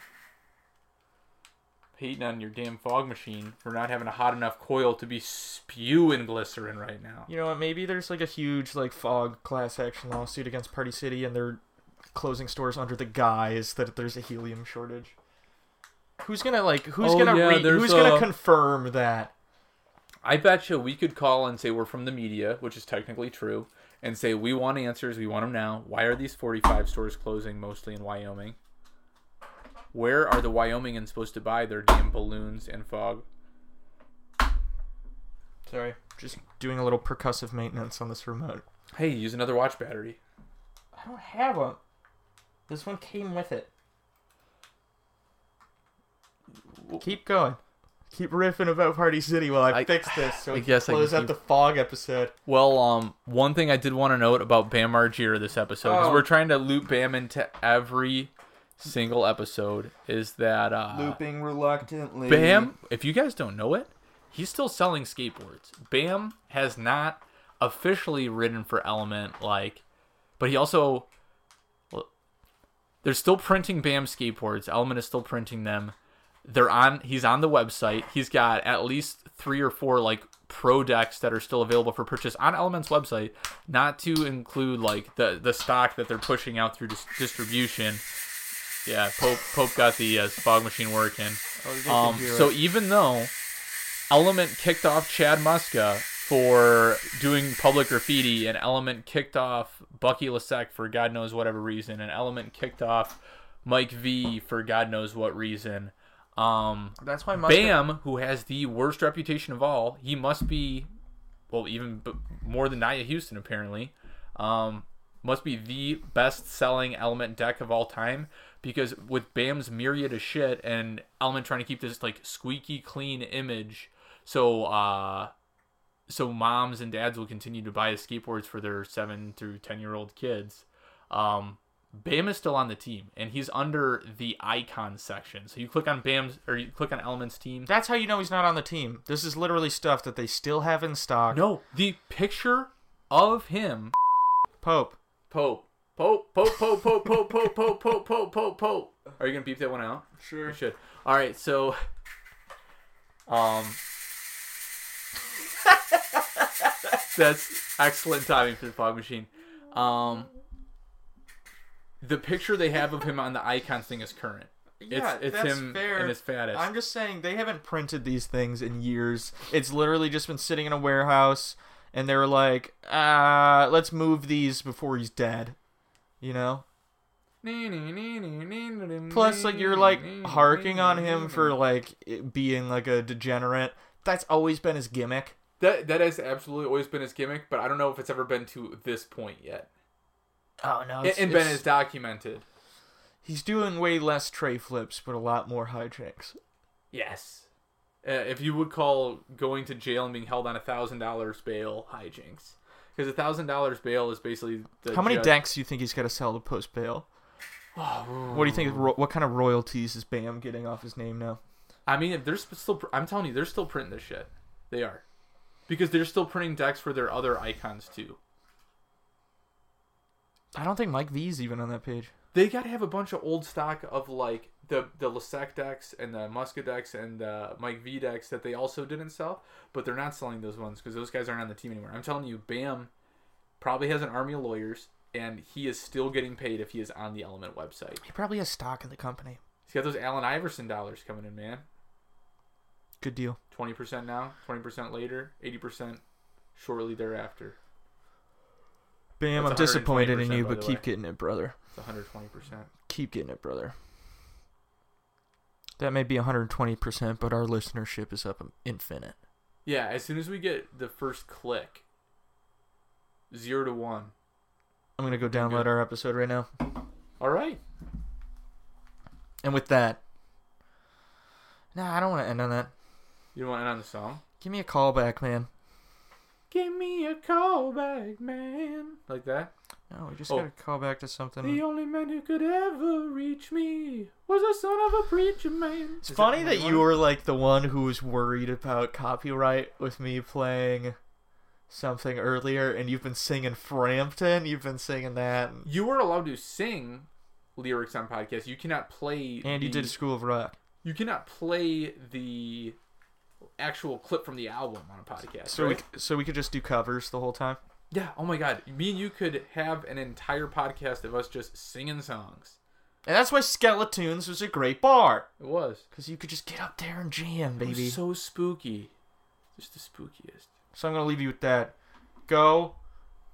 [SPEAKER 3] Hating on your damn fog machine for not having a hot enough coil to be spewing glycerin right now.
[SPEAKER 2] You know what? Maybe there's like a huge like fog class action lawsuit against Party City, and they're closing stores under the guise that there's a helium shortage. Who's gonna like? Who's
[SPEAKER 3] Oh,
[SPEAKER 2] gonna?
[SPEAKER 3] yeah,
[SPEAKER 2] re-
[SPEAKER 3] there's
[SPEAKER 2] who's gonna
[SPEAKER 3] a-
[SPEAKER 2] confirm that?
[SPEAKER 3] I bet you we could call and say we're from the media, which is technically true, and say we want answers. We want them now. Why are these 45 stores closing mostly in Wyoming? Where are the Wyomingans supposed to buy their damn balloons and fog?
[SPEAKER 2] Sorry, just doing a little percussive maintenance on this remote.
[SPEAKER 3] Hey, use another watch battery.
[SPEAKER 2] I don't have one. This one came with it. Keep going. Keep riffing about Party City while I,
[SPEAKER 3] I-
[SPEAKER 2] fix this so
[SPEAKER 3] I
[SPEAKER 2] we can
[SPEAKER 3] guess I can
[SPEAKER 2] close out
[SPEAKER 3] keep-
[SPEAKER 2] the fog episode.
[SPEAKER 3] Well, um, one thing I did want to note about Bam Margera this episode, because
[SPEAKER 2] Oh.
[SPEAKER 3] we're trying to loop Bam into every single episode, is that uh,
[SPEAKER 2] Looping reluctantly.
[SPEAKER 3] Bam, if you guys don't know it, he's still selling skateboards. Bam has not officially ridden for Element, like, but he also, well, they're still printing Bam skateboards. Element is still printing them. They're on. He's on the website. He's got at least three or four like pro decks that are still available for purchase on Element's website. Not to include like the the stock that they're pushing out through dis- distribution. Yeah, Pope Pope got the uh, fog machine working. Um, so even though Element kicked off Chad Muska for doing public graffiti, and Element kicked off Bucky Lasek for God knows whatever reason, and Element kicked off Mike V for God knows what reason. Um,
[SPEAKER 2] That's why
[SPEAKER 3] Bam, who has the worst reputation of all, he must be, well, even b- more than Nia Houston apparently, um, must be the best-selling Element deck of all time because with Bam's myriad of shit and Element trying to keep this like squeaky clean image, so uh, so moms and dads will continue to buy his skateboards for their seven through ten-year-old kids. Um, Bam is still on the team, and he's under the icon section. So you click on Bam's or you click on Element's team.
[SPEAKER 2] That's how you know he's not on the team. This is literally stuff that they still have in stock.
[SPEAKER 3] No, the picture of him.
[SPEAKER 2] Pope.
[SPEAKER 3] Pope, Pope, Pope, Pope, Pope, Pope, Pope, Pope, Pope, Pope, Pope, Pope. Are you gonna beep that one out? Sure. You should. All right. So, um, that's excellent timing for the fog machine. Um, the picture they have of him on the icons thing is current.
[SPEAKER 2] Yeah,
[SPEAKER 3] it's, it's
[SPEAKER 2] that's
[SPEAKER 3] him
[SPEAKER 2] fair.
[SPEAKER 3] and his fattest.
[SPEAKER 2] I'm just saying they haven't printed these things in years. It's literally just been sitting in a warehouse, and they were like, uh, "Let's move these before he's dead." You know. Plus, like you're like harking on him for like it being like a degenerate. That's always been his gimmick.
[SPEAKER 3] that. That has absolutely always been his gimmick, but I don't know if it's ever been to this point yet.
[SPEAKER 2] Oh no!
[SPEAKER 3] And, and Ben is documented.
[SPEAKER 2] he's doing way less tray flips, but a lot more hijinks.
[SPEAKER 3] Yes. Uh, if you would call going to jail and being held on a thousand dollars bail hijinks, because a thousand dollars bail is basically the
[SPEAKER 2] How many
[SPEAKER 3] judge-
[SPEAKER 2] decks do you think he's got to sell to post bail? What do you think? ro- What kind of royalties is Bam getting off his name now?
[SPEAKER 3] I mean, if they're sp- still, pr- I'm telling you, they're still printing this shit. They are, because they're still printing decks for their other icons too.
[SPEAKER 2] I don't think Mike V's even on that page.
[SPEAKER 3] They got to have a bunch of old stock of like the the Lasek decks and the Muska decks and the Mike V decks that they also didn't sell, but they're not selling those ones because those guys aren't on the team anymore. I'm telling you, Bam probably has an army of lawyers and he is still getting paid if he is on the Element website.
[SPEAKER 2] He probably has stock in the company.
[SPEAKER 3] He's got those Allen Iverson dollars coming in, man.
[SPEAKER 2] Good deal.
[SPEAKER 3] Twenty percent now, twenty percent later, eighty percent shortly thereafter.
[SPEAKER 2] Bam, I'm
[SPEAKER 3] That's
[SPEAKER 2] disappointed in
[SPEAKER 3] 120%,
[SPEAKER 2] you,
[SPEAKER 3] by
[SPEAKER 2] but
[SPEAKER 3] the
[SPEAKER 2] keep
[SPEAKER 3] way.
[SPEAKER 2] getting it, brother.
[SPEAKER 3] It's one hundred twenty percent.
[SPEAKER 2] Keep getting it, brother. That may be 120%, but our listenership is up infinite.
[SPEAKER 3] Yeah, as soon as we get the first click, zero to one.
[SPEAKER 2] I'm going to go download
[SPEAKER 3] good.
[SPEAKER 2] our episode right now.
[SPEAKER 3] All right.
[SPEAKER 2] And with that, nah, I don't want to end on that.
[SPEAKER 3] You want to end on the song?
[SPEAKER 2] Give me a call back, man.
[SPEAKER 3] Give me a call back, man. Like that? Hmm.
[SPEAKER 2] No, we just
[SPEAKER 3] Oh.
[SPEAKER 2] got to call back to something.
[SPEAKER 3] The only man who could ever reach me was the son of a preacher man.
[SPEAKER 2] It's funny that you were like the one who was worried about copyright with me playing something earlier, and you've been singing Frampton, you've been singing that, and,
[SPEAKER 3] You were allowed to sing lyrics on podcasts. You cannot play.
[SPEAKER 2] and you
[SPEAKER 3] the-
[SPEAKER 2] did School of Rock.
[SPEAKER 3] You cannot play the actual clip from the album on a podcast.
[SPEAKER 2] So
[SPEAKER 3] right?
[SPEAKER 2] we so we could just do covers the whole time.
[SPEAKER 3] yeah. Oh my God. Me and you could have an entire podcast of us just singing songs.
[SPEAKER 2] And that's why Skeletons was a great bar
[SPEAKER 3] It was.
[SPEAKER 2] because you could just get up there and jam,
[SPEAKER 3] It was
[SPEAKER 2] baby.
[SPEAKER 3] so spooky. Just the spookiest.
[SPEAKER 2] So I'm gonna leave you with that. Go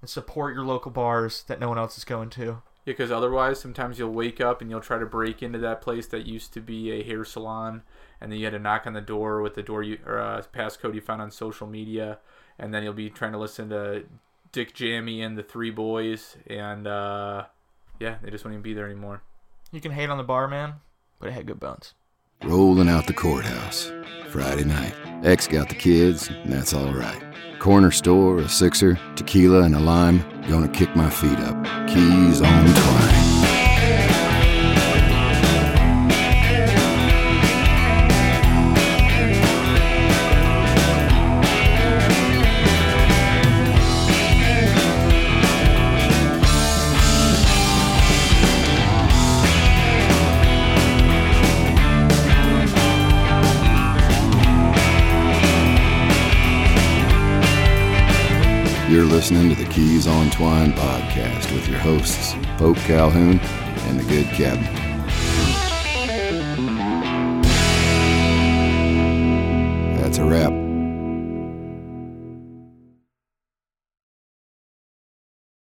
[SPEAKER 2] and support your local bars that no one else is going to.
[SPEAKER 3] Yeah, because otherwise, sometimes you'll wake up and you'll try to break into that place that used to be a hair salon, and then you had to knock on the door with the door you, or uh, passcode you found on social media, and then you'll be trying to listen to Dick Jammy and the Three Boys, and uh, yeah, they just won't even be there anymore.
[SPEAKER 2] You can hate on the barman, but it had good bones.
[SPEAKER 1] Rolling out the courthouse. Friday night. X got the kids, and that's all right. Corner store, a sixer, tequila, and a lime. Gonna kick my feet up. Keys on twine. You're listening to the Keys on Twine podcast with your hosts, Pope Calhoun and the Good Captain.
[SPEAKER 6] Thank